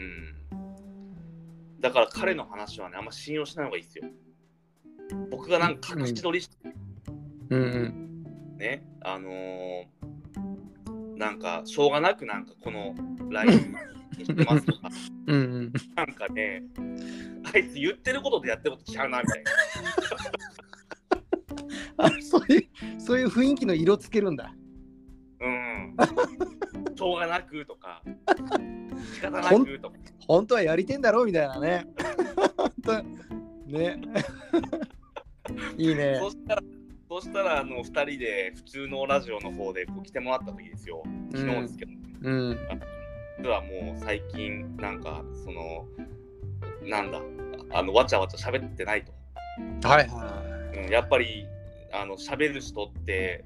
[SPEAKER 2] ん。だから彼の話はね、あんま信用しない方がいいですよ。僕がなんか隠し撮りして
[SPEAKER 1] いうんうん
[SPEAKER 2] ね、あのーなんか、しょうがなくなんかこの LINE にしてますとか、
[SPEAKER 1] うんうん
[SPEAKER 2] なんかね、あいつ言ってることでやってることちゃうなみたいな。
[SPEAKER 1] あ *laughs* そういうそういう雰囲気の色つけるんだ
[SPEAKER 2] うん。しょうがなくとか、仕方な
[SPEAKER 1] ほん
[SPEAKER 2] くとか。
[SPEAKER 1] 本当はやりてんだろみたいなね *laughs* 本当ね *laughs* いいね
[SPEAKER 2] そうしたら、そうしたらあの2人で普通のラジオの方でこう来てもらった時ですよ、昨日ですけど、
[SPEAKER 1] うん
[SPEAKER 2] 実はもう最近、なんか、その、なんだ、あのわちゃわちゃ喋ってないと。
[SPEAKER 1] はいは
[SPEAKER 2] うん、やっぱり、あの喋る人って、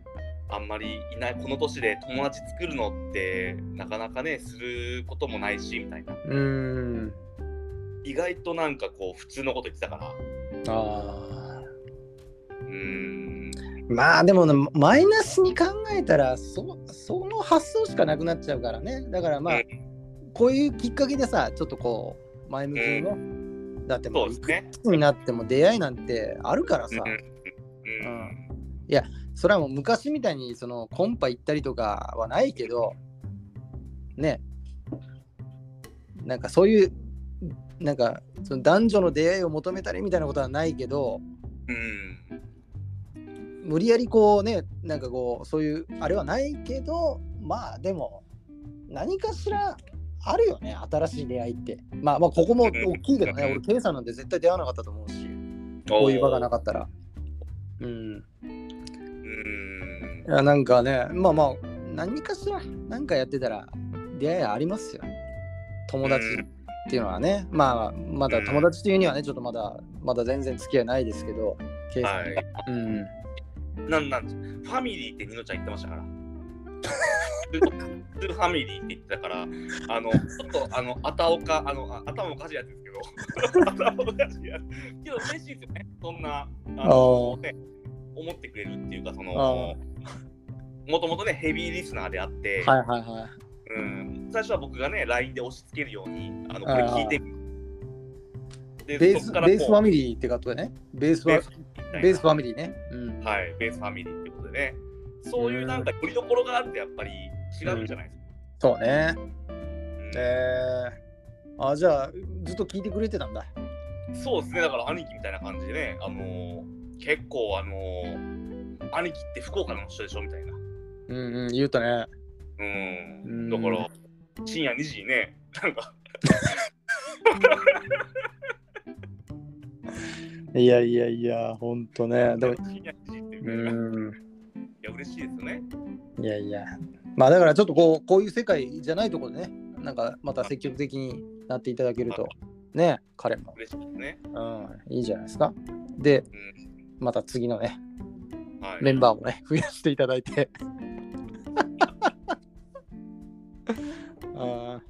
[SPEAKER 2] あんまりいない、この年で友達作るのって、なかなかね、することもないし、みたいな。
[SPEAKER 1] いうん
[SPEAKER 2] 意外となんかこう、普通のこと言ってたから、
[SPEAKER 1] あ
[SPEAKER 2] うーん、
[SPEAKER 1] ーまあでもねマイナスに考えたらそその発想しかなくなっちゃうからねだからまあ
[SPEAKER 2] う
[SPEAKER 1] こういうきっかけでさちょっとこう前向きにねだってもう
[SPEAKER 2] そうで
[SPEAKER 1] い
[SPEAKER 2] す
[SPEAKER 1] く
[SPEAKER 2] ね。
[SPEAKER 1] つになっても出会いなんてあるからさ、
[SPEAKER 2] うんう
[SPEAKER 1] うん
[SPEAKER 2] ん
[SPEAKER 1] それはもう昔みたいにそのコンパ行ったりとかはないけどねなんかそういうなんかその男女の出会いを求めたりみたいなことはないけど
[SPEAKER 2] うん
[SPEAKER 1] 無理やりこうねなんかこうそういうあれはないけどまあでも何かしらあるよね新しい出会いってまあまあここも大きいけどね
[SPEAKER 2] うん
[SPEAKER 1] 俺ケイさんなんて絶対出会わなかったと思うしこういう場がなかったらうん
[SPEAKER 2] うーん
[SPEAKER 1] いやなんかねまあまあ何かしら何かやってたら出会いはありますよ友達っていうのはね、まあまだ友達というにはねちょっとまだまだ全然付き合いないですけど、ケイさん
[SPEAKER 2] はい
[SPEAKER 1] うん、
[SPEAKER 2] なんなんファミリーってニノちゃん言ってましたから。フルファミリーって言ってたから、あの、ちょっと、あの、あたおか、あの、あ頭おかしいやつですけど、 *laughs* 頭おかしいやつ。けど、嬉しいですよね、そんな、あの、ね、思ってくれるっていうか、そ
[SPEAKER 1] あ
[SPEAKER 2] の、もともとね、ヘビーリスナーであって、
[SPEAKER 1] はいはいはい
[SPEAKER 2] うん、最初は僕がね、LINE で押し付けるように、あの、これ聞いてみで
[SPEAKER 1] ベー
[SPEAKER 2] そ
[SPEAKER 1] ス
[SPEAKER 2] っ
[SPEAKER 1] ベ
[SPEAKER 2] からこう
[SPEAKER 1] ースファミリーってことでねベースフ
[SPEAKER 2] ベ
[SPEAKER 1] ァ
[SPEAKER 2] ースみたいな
[SPEAKER 1] ベースファミリーね、うん、
[SPEAKER 2] はい、ベースファミリーってことでね、そういうなんかよりどころがあるってやっぱり違うんじゃないですか。
[SPEAKER 1] そうね
[SPEAKER 2] うん
[SPEAKER 1] えー、あじゃあずっと聞いてくれてたんだ
[SPEAKER 2] そうですね、だから兄貴みたいな感じでね、あのー結構あのー兄貴って福岡の人でしょみたいな。
[SPEAKER 1] うんうん言うとね
[SPEAKER 2] うん、
[SPEAKER 1] うん
[SPEAKER 2] だから深夜2時にね、なんか、
[SPEAKER 1] いやいやいやほんとね
[SPEAKER 2] 深夜2時って、
[SPEAKER 1] う
[SPEAKER 2] い
[SPEAKER 1] ん
[SPEAKER 2] や嬉しいですよね。
[SPEAKER 1] いやいや。まあだからちょっとこうこういう世界じゃないところでね、なんかまた積極的になっていただけると、ね、彼も、
[SPEAKER 2] 嬉しいですね。
[SPEAKER 1] うん、いいじゃないですか。で、また次のね、
[SPEAKER 2] はい。
[SPEAKER 1] メンバーもね、増やしていただいて。 *laughs* あ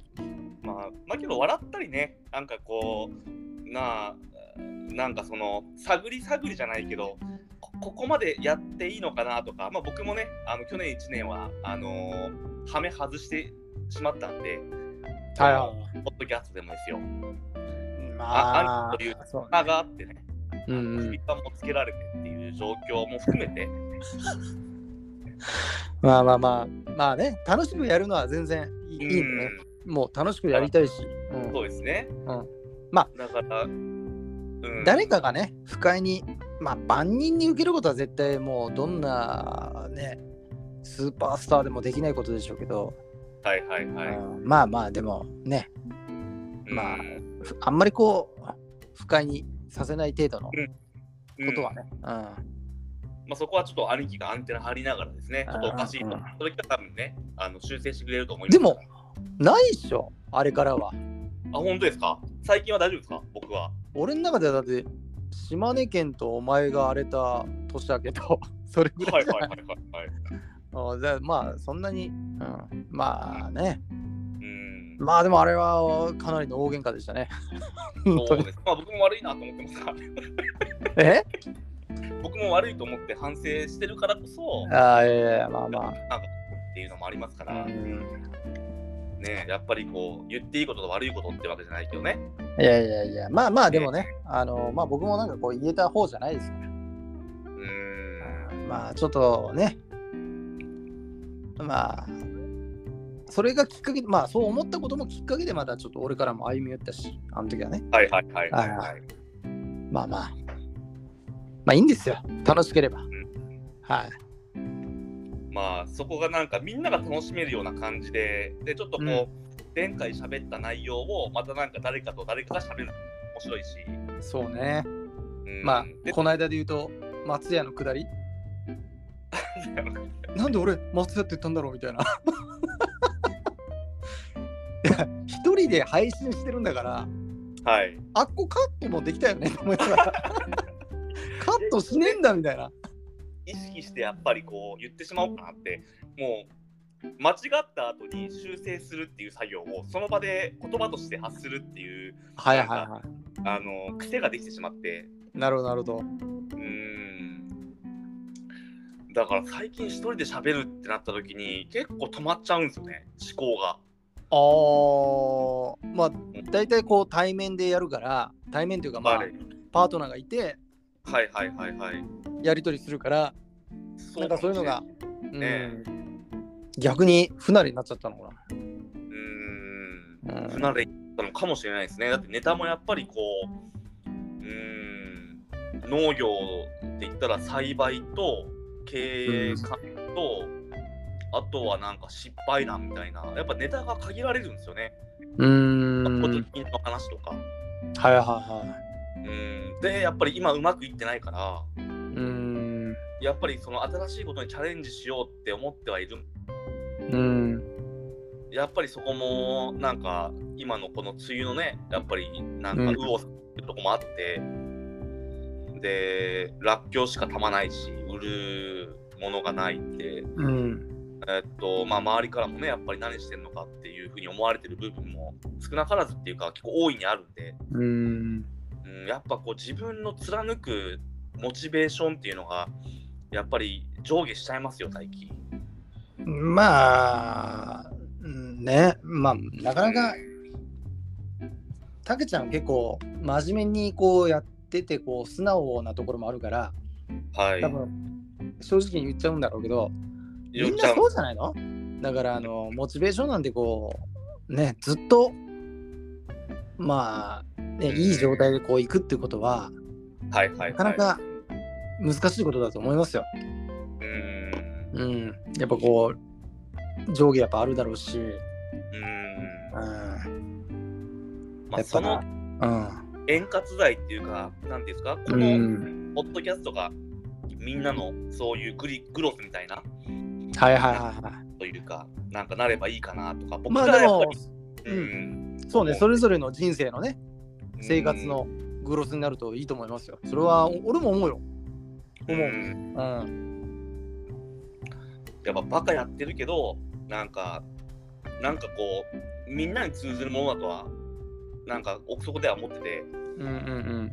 [SPEAKER 2] まあ、まあけど笑ったりね、なんかこう、なあ、なんかその、探り探りじゃないけど、こここまでやっていいのかなとか、まあ僕もね、あの去年1年は、あのーハメ外してしまったんで、
[SPEAKER 1] あ、はい
[SPEAKER 2] ポッドキャストでもですよ。
[SPEAKER 1] ま
[SPEAKER 2] あ、あ
[SPEAKER 1] あ
[SPEAKER 2] るという、
[SPEAKER 1] そう
[SPEAKER 2] 差があってね、
[SPEAKER 1] う
[SPEAKER 2] あ
[SPEAKER 1] ん
[SPEAKER 2] の
[SPEAKER 1] う
[SPEAKER 2] 首
[SPEAKER 1] ん、
[SPEAKER 2] 輪もつけられてっていう状況も含めて、
[SPEAKER 1] まあまあまあ、まあね、楽しくやるのは全然いい,、いいのね。もう楽しくやりたいし、う
[SPEAKER 2] うんん、そうですね。
[SPEAKER 1] うんま
[SPEAKER 2] あ、だから、うん
[SPEAKER 1] 誰かがね不快にまあ万人に受けることは絶対もうどんなねスーパースターでもできないことでしょうけど、
[SPEAKER 2] はいはいはい。
[SPEAKER 1] うんまあまあでもねまあ
[SPEAKER 2] うん
[SPEAKER 1] ふあんまりこう不快にさせない程度のことはね、うん
[SPEAKER 2] まあ、そこはちょっと兄貴がアンテナ張りながらですね、ちょっとおかしいと
[SPEAKER 1] うんうん。
[SPEAKER 2] それきは多分ね、あの修正してくれると思います。
[SPEAKER 1] でも、ないっしょあれからは
[SPEAKER 2] あ、本当ですか最近は大丈夫ですか僕は。
[SPEAKER 1] 俺の中ではだって島根県とお前が荒れた年明けと *laughs* それぐら
[SPEAKER 2] はいい
[SPEAKER 1] じゃ
[SPEAKER 2] は
[SPEAKER 1] な
[SPEAKER 2] いはい
[SPEAKER 1] い
[SPEAKER 2] はいはい。
[SPEAKER 1] うんじゃあまあそんなに、うん、まあね
[SPEAKER 2] うん。
[SPEAKER 1] まあでもあれはかなりの大喧嘩でしたね本
[SPEAKER 2] *laughs* そ
[SPEAKER 1] 当
[SPEAKER 2] う
[SPEAKER 1] に
[SPEAKER 2] です。まあ僕も悪いなと思ってますから、 *laughs*
[SPEAKER 1] え
[SPEAKER 2] 僕も悪いと思って反省してるからこそ、
[SPEAKER 1] ああ、いやいやいや、まあ
[SPEAKER 2] なん
[SPEAKER 1] ま
[SPEAKER 2] かっていうのもありますか
[SPEAKER 1] あ。
[SPEAKER 2] ら、ね、やっぱりこう、言っていいことと悪いことってわけじゃないけどね。
[SPEAKER 1] いやいやいや、まあまあ、でもね、あの、まあ僕もなんかこう言えた方じゃないですから。
[SPEAKER 2] うん。
[SPEAKER 1] まあちょっとね、まあ、それがきっかけ、まあそう思ったこともきっかけでまたちょっと俺からも歩み寄ったし、あの時はね、
[SPEAKER 2] はいはいはいはい、
[SPEAKER 1] はい
[SPEAKER 2] は。
[SPEAKER 1] はいまあまあ、まあいいんですよ、楽しければ。はい。
[SPEAKER 2] まあそこがなんかみんなが楽しめるような感じで、でちょっとこう、
[SPEAKER 1] うん
[SPEAKER 2] 前回喋った内容をまたなんか誰かと誰かが喋るのも面白いし、
[SPEAKER 1] そうね。
[SPEAKER 2] うん
[SPEAKER 1] まあ、
[SPEAKER 2] で
[SPEAKER 1] この間で言うと、松屋の下
[SPEAKER 2] *laughs*
[SPEAKER 1] り。なんで俺松屋って言ったんだろうみたいな。 *laughs* いや一人で配信してるんだから、
[SPEAKER 2] はい、
[SPEAKER 1] あっこカットもできたよねと *laughs* 思いながら。カットしねえんだみたいな。
[SPEAKER 2] 意識してやっぱりこう言ってしまおうかなって、もう間違った後に修正するっていう作業をその場で言葉として発するっていう
[SPEAKER 1] はい
[SPEAKER 2] い
[SPEAKER 1] は
[SPEAKER 2] はいい
[SPEAKER 1] は
[SPEAKER 2] はあの癖ができてしまって、
[SPEAKER 1] い。なるほどなるほど。
[SPEAKER 2] うん。だから最近一人で喋るってなった時に結構止まっちゃうんですよね思考が。
[SPEAKER 1] ああ、まあ大体こう対面でやるから、対面というかまあ
[SPEAKER 2] はい
[SPEAKER 1] パートナーがいて
[SPEAKER 2] はいはいはいはい。
[SPEAKER 1] やり取りするから、
[SPEAKER 2] そ
[SPEAKER 1] なんかそういうのが、
[SPEAKER 2] ね
[SPEAKER 1] うん逆に不慣れになっちゃったのか
[SPEAKER 2] うー
[SPEAKER 1] な。うん
[SPEAKER 2] ん不慣れたのかもしれないですねだってネタもやっぱりこううーん農業って言ったら栽培と経営管理と、あとはなんか失敗談みたいなやっぱネタが限られるんですよね
[SPEAKER 1] うーん。
[SPEAKER 2] ポトキンの話とか
[SPEAKER 1] はいはいは
[SPEAKER 2] うんでやっぱり今うまくいってないから
[SPEAKER 1] い。うーん。
[SPEAKER 2] やっぱりその新しいことにチャレンジしようって思ってはいる
[SPEAKER 1] うん。
[SPEAKER 2] やっぱりそこもなんか今のこの梅雨のねやっぱりなんか
[SPEAKER 1] うん
[SPEAKER 2] 右往左往ってとこもあって、でらっきょうしかたまないし売るものがないって
[SPEAKER 1] うん。
[SPEAKER 2] えっとまあ周りからもねやっぱり何してんのかっていうふうに思われてる部分も少なからずっていうか結構大いにあるんで、
[SPEAKER 1] うん。
[SPEAKER 2] うん、やっぱこう自分の貫くモチベーションっていうのがやっぱり上下しちゃいますよ最近。
[SPEAKER 1] まあ、うんね、まあ、なかなか、たけちゃんは結構、真面目にこうやってて、こう、素直なところもあるから、
[SPEAKER 2] はい
[SPEAKER 1] 多分、正直に言っちゃうんだろうけど、みん
[SPEAKER 2] よっちゃ
[SPEAKER 1] なんそうじゃないのだから、あの、モチベーションなんてこう、ね、ずっと、まあ、ね、いい状態でこう、行くってことは、
[SPEAKER 2] はいはいはい、
[SPEAKER 1] なかなか難しいことだと思いますよ。
[SPEAKER 2] うん
[SPEAKER 1] うん。やっぱこう、上下やっぱあるだろうし、
[SPEAKER 2] うん
[SPEAKER 1] うん。や
[SPEAKER 2] まあ、
[SPEAKER 1] っ
[SPEAKER 2] そ
[SPEAKER 1] ぱ
[SPEAKER 2] の
[SPEAKER 1] なうん。
[SPEAKER 2] 円滑剤っていうか、なんていうんですか、こ
[SPEAKER 1] う
[SPEAKER 2] の
[SPEAKER 1] ん
[SPEAKER 2] ポッドキャストがみんなのそういうグリグロスみたいな
[SPEAKER 1] はいはいはいは
[SPEAKER 2] というか、なんかなればいいかなとか、
[SPEAKER 1] い。
[SPEAKER 2] 僕
[SPEAKER 1] ま
[SPEAKER 2] ら
[SPEAKER 1] あで
[SPEAKER 2] やっぱ
[SPEAKER 1] も
[SPEAKER 2] り、、
[SPEAKER 1] うん
[SPEAKER 2] ん
[SPEAKER 1] そうね、それぞれの人生のね、生活、
[SPEAKER 2] うん
[SPEAKER 1] のグロスになるといいと思いますよ。それはお俺も思うよ。思う
[SPEAKER 2] うん
[SPEAKER 1] うん。
[SPEAKER 2] やっぱバカやってるけど、なんか、なんかこう、みんなに通ずるものだとは、なんか奥底では思ってて、
[SPEAKER 1] うんうんうん。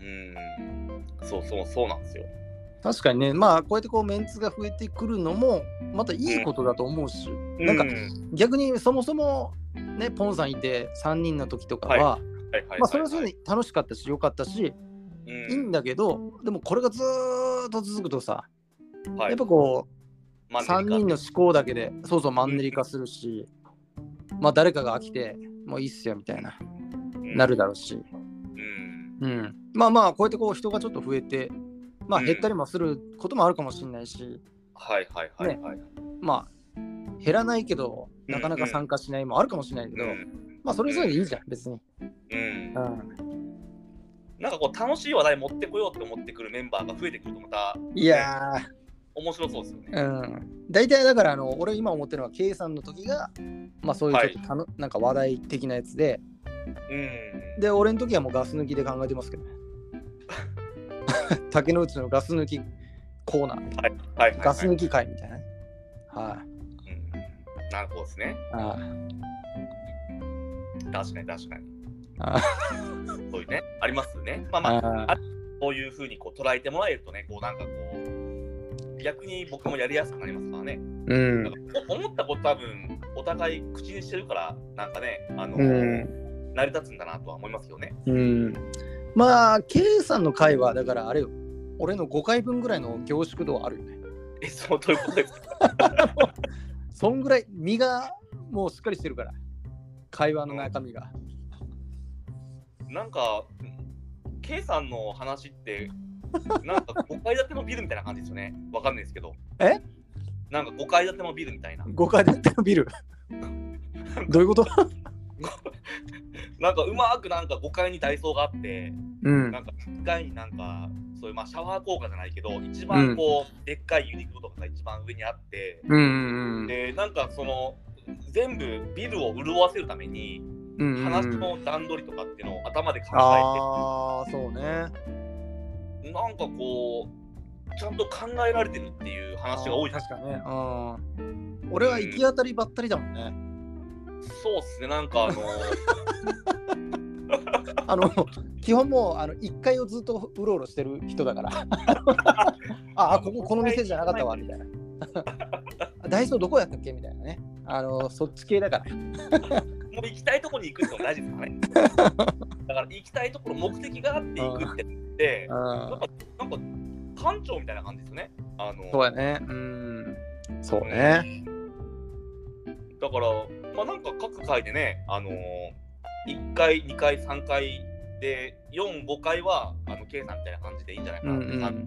[SPEAKER 2] うん、そうそう、そうなんですよ。
[SPEAKER 1] 確かにね、まあこうやってこうメンツが増えてくるのもまたいいことだと思うし、なんか
[SPEAKER 2] う
[SPEAKER 1] 逆にそもそもね、ポンさんいて3人の時とかは、
[SPEAKER 2] はいはいはいはい
[SPEAKER 1] まあそれはそれで楽しかったし、良かったし、
[SPEAKER 2] うん
[SPEAKER 1] いいんだけど、でもこれがずーっと続くとさ、
[SPEAKER 2] はい
[SPEAKER 1] やっぱこう、
[SPEAKER 2] マンネリ化
[SPEAKER 1] 3人の思考だけで、そうそうマンネリ化するし、まあ誰かが飽きて、もういいっすよみたいな、なるだろうし。
[SPEAKER 2] う
[SPEAKER 1] う
[SPEAKER 2] ん
[SPEAKER 1] ん、まあまあこうやってこう人がちょっと増えて、まあ、
[SPEAKER 2] うん
[SPEAKER 1] 減ったりもすることもあるかもしれないし、
[SPEAKER 2] はいはいはいはい。
[SPEAKER 1] まあ減らないけどなかなか参加しないもあるかもしれないけ
[SPEAKER 2] う
[SPEAKER 1] ど、
[SPEAKER 2] ん
[SPEAKER 1] まあそれぞれでいいじゃん別に、
[SPEAKER 2] うん
[SPEAKER 1] うん、
[SPEAKER 2] なんかこう楽しい話題持ってこようって思ってくるメンバーが増えてくるとまた
[SPEAKER 1] いや
[SPEAKER 2] 面白そうですよね。
[SPEAKER 1] ーうん大体だからあの俺今思ってるのは K さんの時がまあそういうちょっとたの、なんか話題的なやつで
[SPEAKER 2] うん。
[SPEAKER 1] で俺の時はもうガス抜きで考えてますけどね *laughs* 竹之内のガス抜きコーナー
[SPEAKER 2] はいはい、はい。
[SPEAKER 1] ガス抜き会みたいなねはい、
[SPEAKER 2] うんなるほどですね。
[SPEAKER 1] あ
[SPEAKER 2] 確かに確かに。
[SPEAKER 1] あ
[SPEAKER 2] そういうね、ありますよね。まあまあ、
[SPEAKER 1] ああ
[SPEAKER 2] こういうふうにこう捉えてもらえるとね、こうなんかこう、逆に僕もやりやすくなりますからね。
[SPEAKER 1] うん
[SPEAKER 2] なんかお思ったこと多分、お互い口にしてるから、なんかね、あの、
[SPEAKER 1] うん
[SPEAKER 2] 成り立つんだなとは思いますよね。
[SPEAKER 1] うん、まあ K さんの回はだからあれよ俺の5回分ぐらいの凝縮度はあるよね
[SPEAKER 2] え、そう、どういうことですか
[SPEAKER 1] そんぐらい身がもうしっかりしてるから会話の中身が、
[SPEAKER 2] なんか、K さんの話って、なんか5階建てのビルみたいな感じですよね。わかんないですけど。
[SPEAKER 1] え
[SPEAKER 2] なんか5階建てのビルみたいな。
[SPEAKER 1] 5階建てのビルどういうこと
[SPEAKER 2] なんかうまくなんか5階にダイソーがあって、
[SPEAKER 1] うん
[SPEAKER 2] なんか1階になんか、そういうまあシャワー効果じゃないけど、一番こう、でっかいユニクロとかが一番上にあって、
[SPEAKER 1] うんうんうん
[SPEAKER 2] で、なんかその、全部ビルを潤わせるために、
[SPEAKER 1] うんうん
[SPEAKER 2] 話の段取りとかっていうのを頭で考
[SPEAKER 1] ああそうね
[SPEAKER 2] えて、なんかこう、ちゃんと考えられてるっていう話が多いじゃないですか
[SPEAKER 1] 確かねうん俺は行き当たりばったりだもんね、
[SPEAKER 2] *laughs* そうっすね、なんかあの、
[SPEAKER 1] あの基本もうあの1階をずっとうろうろしてる人だから
[SPEAKER 2] *laughs*
[SPEAKER 1] ああこここの店じゃなかったわみたいなダイソーどこやったっけみたいなねあのそっち系だから
[SPEAKER 2] もう行きたいとこに行くっての大事ですかね。
[SPEAKER 1] *laughs*
[SPEAKER 2] だから行きたいところ、目的があって行くってなって、
[SPEAKER 1] うん
[SPEAKER 2] なんか館長みたいな感じですよね。あの
[SPEAKER 1] そうやねうんそうね
[SPEAKER 2] だから、まあなんか各回でね、あの1回、2回、3回で、4、5回は、あの、K さんみたいな感じでいいんじゃないかなって。
[SPEAKER 1] うんうん
[SPEAKER 2] あの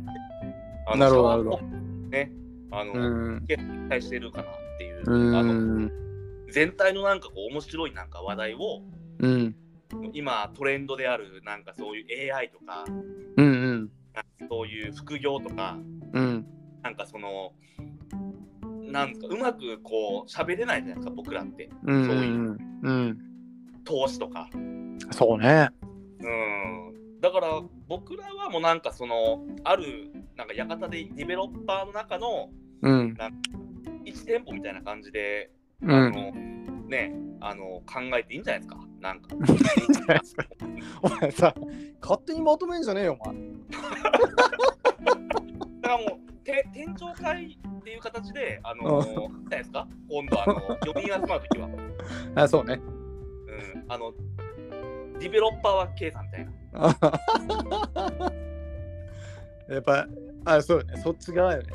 [SPEAKER 2] あの
[SPEAKER 1] なるほどなるほど
[SPEAKER 2] シャワーもね、あの、
[SPEAKER 1] うん
[SPEAKER 2] K さんに期待してるかなっていう、
[SPEAKER 1] う
[SPEAKER 2] あの
[SPEAKER 1] ん
[SPEAKER 2] 全体のなんかこう、面白いなんか話題を、
[SPEAKER 1] うん
[SPEAKER 2] 今トレンドであるなんかそういう AI とか
[SPEAKER 1] うんうん
[SPEAKER 2] そういう副業とか
[SPEAKER 1] うん
[SPEAKER 2] なんかそのなんですかうまくこう喋れないじゃないですか僕らって
[SPEAKER 1] うん
[SPEAKER 2] そう
[SPEAKER 1] う
[SPEAKER 2] いうん
[SPEAKER 1] うん
[SPEAKER 2] 投資とか
[SPEAKER 1] そうね
[SPEAKER 2] うんだから僕らはもうなんかそのあるなんか館でディベロッパーの中の
[SPEAKER 1] うん
[SPEAKER 2] 1店舗みたいな感じで、
[SPEAKER 1] う
[SPEAKER 2] あ
[SPEAKER 1] ん
[SPEAKER 2] のねあの考えていいんじゃないですかなんか
[SPEAKER 1] *laughs* お前さ勝手にまとめんじゃねえよお前
[SPEAKER 2] だからもう、て店長会っていう形で、あのー、なんですか、今度、あの、4人集まるときは、うん、
[SPEAKER 1] あそうね
[SPEAKER 2] あの、ディベロッパーは K さんみたいな。
[SPEAKER 1] あ *laughs* やっぱあそうよねそっち側よね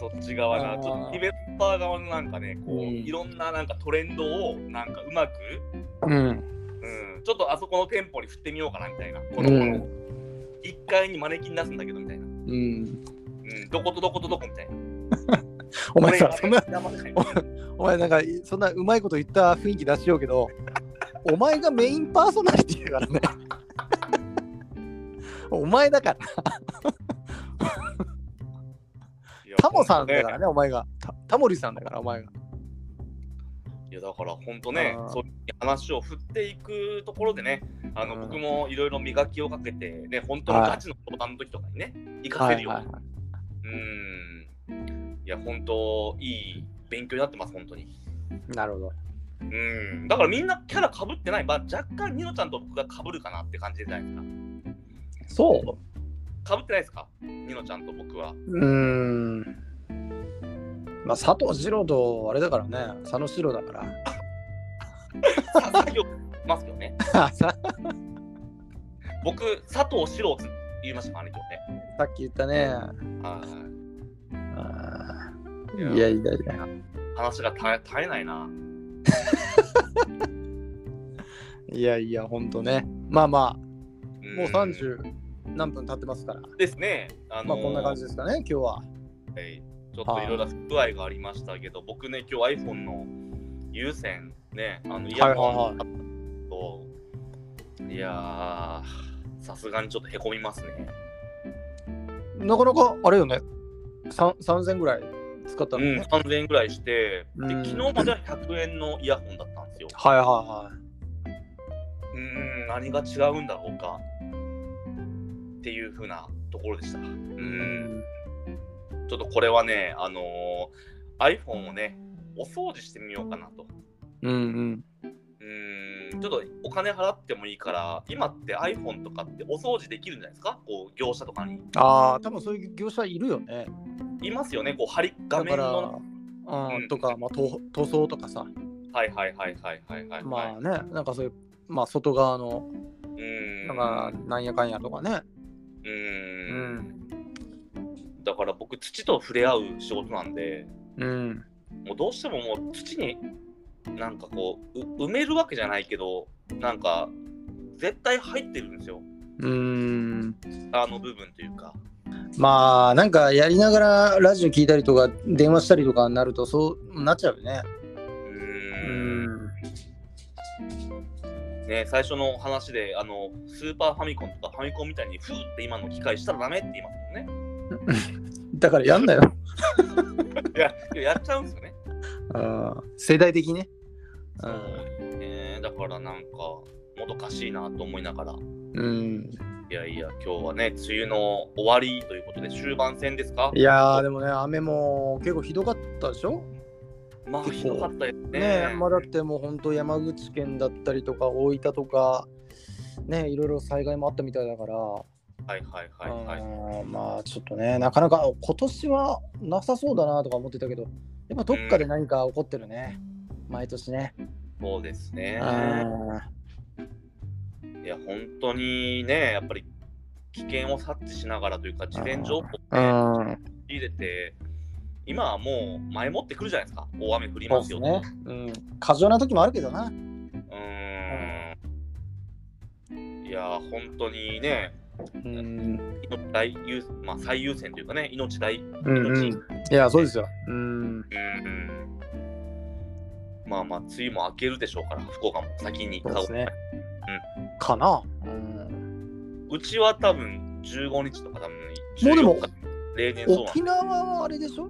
[SPEAKER 2] そっち側
[SPEAKER 1] あ
[SPEAKER 2] な、
[SPEAKER 1] ー
[SPEAKER 2] ちょっとディベロッパー側のなんかね、こう、
[SPEAKER 1] うん
[SPEAKER 2] いろんななんかトレンドを、なんかうまく、
[SPEAKER 1] うん
[SPEAKER 2] うん、ちょっとあそこの店舗に振ってみようかなみたいな、この、
[SPEAKER 1] うん
[SPEAKER 2] この1階に招きに出すんだけどみたいな、う
[SPEAKER 1] うん、
[SPEAKER 2] ん、どことどことどこみたいな。
[SPEAKER 1] お前さ、そ
[SPEAKER 2] こ
[SPEAKER 1] ん
[SPEAKER 2] れ
[SPEAKER 1] な、
[SPEAKER 2] 騙せない
[SPEAKER 1] お前なんか、そんなうまいこと言った雰囲気出しようけど、お前がメインパーソナリティだからね。 *laughs* お前だから。タモさんだからね、お前が。タタモリさんだから、お前が。
[SPEAKER 2] いやだから本当ね
[SPEAKER 1] あー
[SPEAKER 2] そういう話を振っていくところでねあの
[SPEAKER 1] うん
[SPEAKER 2] 僕もいろいろ磨きをかけてね本当のガチの相談の時とかにね行か
[SPEAKER 1] は
[SPEAKER 2] せ
[SPEAKER 1] い
[SPEAKER 2] るよう
[SPEAKER 1] はい
[SPEAKER 2] に
[SPEAKER 1] はい。
[SPEAKER 2] うんいや本当いい勉強になってます本当に
[SPEAKER 1] なるほど。
[SPEAKER 2] うんだからみんなキャラかぶってない、まあ、若干ニノちゃんと僕がかぶるかなって感じじゃないです
[SPEAKER 1] そ
[SPEAKER 2] かかぶってないですかニノちゃんと僕は
[SPEAKER 1] ううーん。まあ、佐藤二郎とあれだからね、佐野二郎だから。 *laughs*
[SPEAKER 2] さ作業ますけどね
[SPEAKER 1] あさ
[SPEAKER 2] 僕佐藤四郎って言いましたからね今日ね
[SPEAKER 1] さっき言ったね。
[SPEAKER 2] はい
[SPEAKER 1] あ
[SPEAKER 2] い
[SPEAKER 1] ー
[SPEAKER 2] や
[SPEAKER 1] いやいやいや。
[SPEAKER 2] 話が絶え絶えないない
[SPEAKER 1] やいや、ほんとね。まあまあ、もう
[SPEAKER 2] 三十
[SPEAKER 1] 30何分経ってますから。
[SPEAKER 2] ですね。あ
[SPEAKER 1] ま
[SPEAKER 2] の
[SPEAKER 1] あ、こんな感じですかね、今日は。
[SPEAKER 2] はいちょっといろいろ不具合がありましたけど、僕ね、今日 iPhone の有線ね、あのイヤホンだったと、いやー、さすがにちょっとへこみますね。
[SPEAKER 1] なかなか、あれよね。さん3000ぐらい使った
[SPEAKER 2] う
[SPEAKER 1] の
[SPEAKER 2] ん、
[SPEAKER 1] ね。
[SPEAKER 2] 3000円ぐらいして、
[SPEAKER 1] う
[SPEAKER 2] で
[SPEAKER 1] ん
[SPEAKER 2] 昨日までは100円のイヤホンだったんですよ。
[SPEAKER 1] はいはいは
[SPEAKER 2] うん、何が違うんだろうかっていう風なところでした。う
[SPEAKER 1] い。
[SPEAKER 2] ん、ちょっとこれはね、あのー iPhone をね、お掃除してみようかなと。
[SPEAKER 1] うんうん。
[SPEAKER 2] うーんちょっとお金払ってもいいから、今って iPhone とかってお掃除できるんじゃないですかこう業者とかに。
[SPEAKER 1] ああ、多分そういう業者いるよね。
[SPEAKER 2] いますよね、こう張り
[SPEAKER 1] だ
[SPEAKER 2] 画
[SPEAKER 1] か
[SPEAKER 2] 面
[SPEAKER 1] ら、
[SPEAKER 2] の。
[SPEAKER 1] あ
[SPEAKER 2] う
[SPEAKER 1] ー
[SPEAKER 2] ん
[SPEAKER 1] とか、まあ、塗塗装とかさ、
[SPEAKER 2] はいはいはいはいはいはい。
[SPEAKER 1] まあね、なんかそういう、まあ、外側の、
[SPEAKER 2] うーん
[SPEAKER 1] なんか、なんやかんやとかね。
[SPEAKER 2] うーん。だから僕、土と触れ合う仕事なんで、
[SPEAKER 1] うん。
[SPEAKER 2] もうどうしてももう土になんかこうう埋めるわけじゃないけど、なんか絶対入ってるんですよ、
[SPEAKER 1] うん。
[SPEAKER 2] あの部分というか。
[SPEAKER 1] まあ、なんかやりながらラジオ聞いたりとか、電話したりとかになると、そうなっちゃうよね。
[SPEAKER 2] う
[SPEAKER 1] う
[SPEAKER 2] ーん
[SPEAKER 1] ん。
[SPEAKER 2] ね、最初の話であのスーパーファミコンとかファミコンみたいにフーって今の機械したらダメって言いますも
[SPEAKER 1] *laughs*
[SPEAKER 2] んね。
[SPEAKER 1] だからやんなよ。
[SPEAKER 2] いやいややっ *laughs* ちゃうんですよね。
[SPEAKER 1] あー世代的にね。
[SPEAKER 2] そうねだからなんかもどかしいなと思いながら
[SPEAKER 1] うん。
[SPEAKER 2] いやいや今日はね梅雨の終わりということで終盤戦ですか
[SPEAKER 1] いやー、でもね、雨も結構ひどかったでしょ
[SPEAKER 2] まあひどかったですね。
[SPEAKER 1] ねえ、まあ、だってもう本当山口県だったりとか大分とかねいろいろ災害もあったみたいだから、
[SPEAKER 2] はいはいはいはい。
[SPEAKER 1] あーまあちょっとねなかなか今年はなさそうだなとか思ってたけどやっぱどっかで何か起こってるね、毎年ね、
[SPEAKER 2] そうです
[SPEAKER 1] う
[SPEAKER 2] ね
[SPEAKER 1] ん。
[SPEAKER 2] いや本当にねやっぱり危険を察知しながらというか事前情報を
[SPEAKER 1] う
[SPEAKER 2] ね
[SPEAKER 1] ん
[SPEAKER 2] 入れて今はもう前もってくるじゃないですか大雨降り
[SPEAKER 1] そう
[SPEAKER 2] ま
[SPEAKER 1] ですす
[SPEAKER 2] よ
[SPEAKER 1] ね、うん、過剰な時もあるけどな
[SPEAKER 2] うーんいやー、本当にね、
[SPEAKER 1] うん、
[SPEAKER 2] 命大優まあ、最優先というかね、命大、
[SPEAKER 1] うんうん、
[SPEAKER 2] 命
[SPEAKER 1] い、やそうですようん
[SPEAKER 2] うんまあまあ、梅雨も明けるでしょうから、福岡も先に。
[SPEAKER 1] そうですねかな、うん、
[SPEAKER 2] うちは多分15日とか、多分
[SPEAKER 1] もうでも
[SPEAKER 2] 14日例年そうなん
[SPEAKER 1] 沖縄はあれでしょ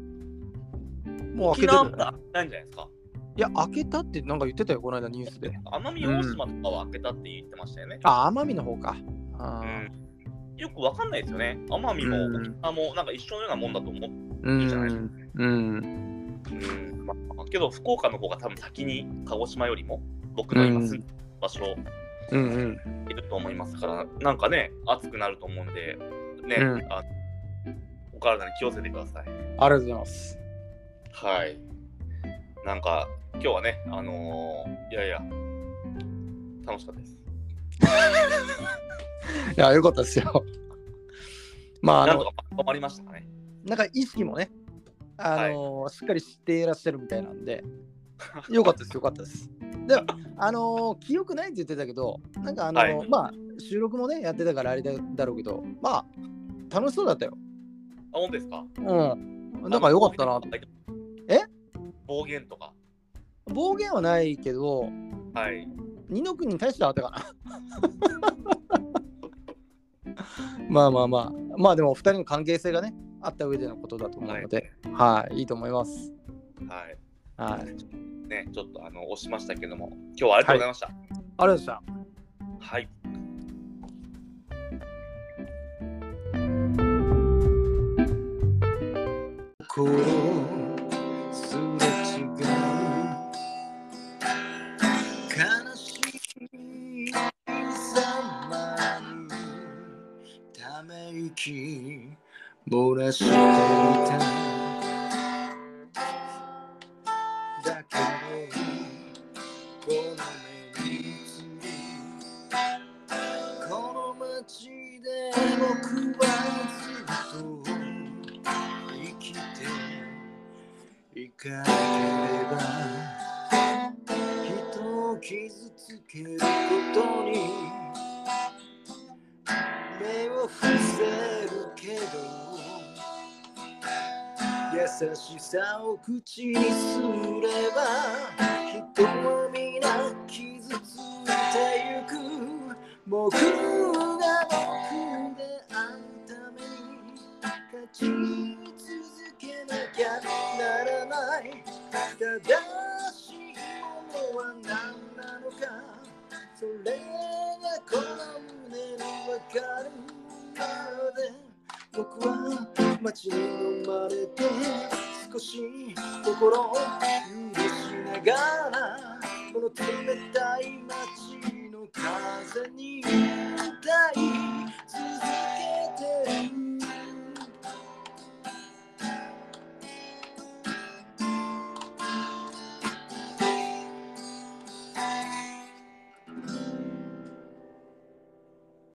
[SPEAKER 1] もう開けて
[SPEAKER 2] 沖
[SPEAKER 1] る
[SPEAKER 2] 縄
[SPEAKER 1] よ
[SPEAKER 2] も
[SPEAKER 1] ね
[SPEAKER 2] 開けないんじゃないですか。
[SPEAKER 1] いや、開けたってなんか言ってたよ、この間ニュースで。
[SPEAKER 2] 奄美大島とかは開けたって言ってましたよね。
[SPEAKER 1] あ、奄美の方か。
[SPEAKER 2] う
[SPEAKER 1] あー
[SPEAKER 2] んよくわかんないですよね。奄美も
[SPEAKER 1] うん
[SPEAKER 2] 沖縄もなんか一緒のようなもんだと思う。
[SPEAKER 1] う
[SPEAKER 2] いいじゃない
[SPEAKER 1] ん。うん。
[SPEAKER 2] うんまあ、けど福岡の方が多分先に鹿児島よりも僕の今住んでる場所
[SPEAKER 1] うんうん。
[SPEAKER 2] いると思いますから、なんかね暑くなると思うんでね、
[SPEAKER 1] うん
[SPEAKER 2] あお体に気をつけてください
[SPEAKER 1] ありがとうございます。
[SPEAKER 2] はいなんか今日はねあのーいやいや楽しかったです
[SPEAKER 1] いや、よかったですよ。まあ、あ
[SPEAKER 2] なんと
[SPEAKER 1] の
[SPEAKER 2] か、まとまりましたかね
[SPEAKER 1] なんか意識もね、あのしっかり知っていらっしゃるみたいなんで、よかったです、よかったです。でも、あの記憶ないって言ってたけど、なんかあの
[SPEAKER 2] はい
[SPEAKER 1] まあ、収録もね、やってたからあれだだろうけど、まあ、楽しそうだったよ。
[SPEAKER 2] *laughs* あ本当ですか
[SPEAKER 1] うん。なんかよかったな。え
[SPEAKER 2] 暴言とか
[SPEAKER 1] 暴言はないけど、
[SPEAKER 2] はい
[SPEAKER 1] 二の君に対してはあったかな *laughs* まあまあまあまあでも二人の関係性がね
[SPEAKER 3] あった上でのことだと思うので、はい、い、いと思います。
[SPEAKER 2] はい。
[SPEAKER 3] はい、ありがとう
[SPEAKER 2] ね、ちょっとあの押しましたけども、今日はありがとうございました。
[SPEAKER 3] ございました。
[SPEAKER 2] はい
[SPEAKER 3] 心すれ違う悲しみざまにため息漏らしていただけどこの目に映るこの街で僕はずっと生きていかなければ人を傷つけることに目を伏せるけど優しさを口にすれば人は皆傷ついてゆく僕が僕であるために勝ち続けなきゃならない正しいものは何なのかそれがこの胸にわかるまで僕は街に生まれて少し心を許しながらこの冷たい街の風に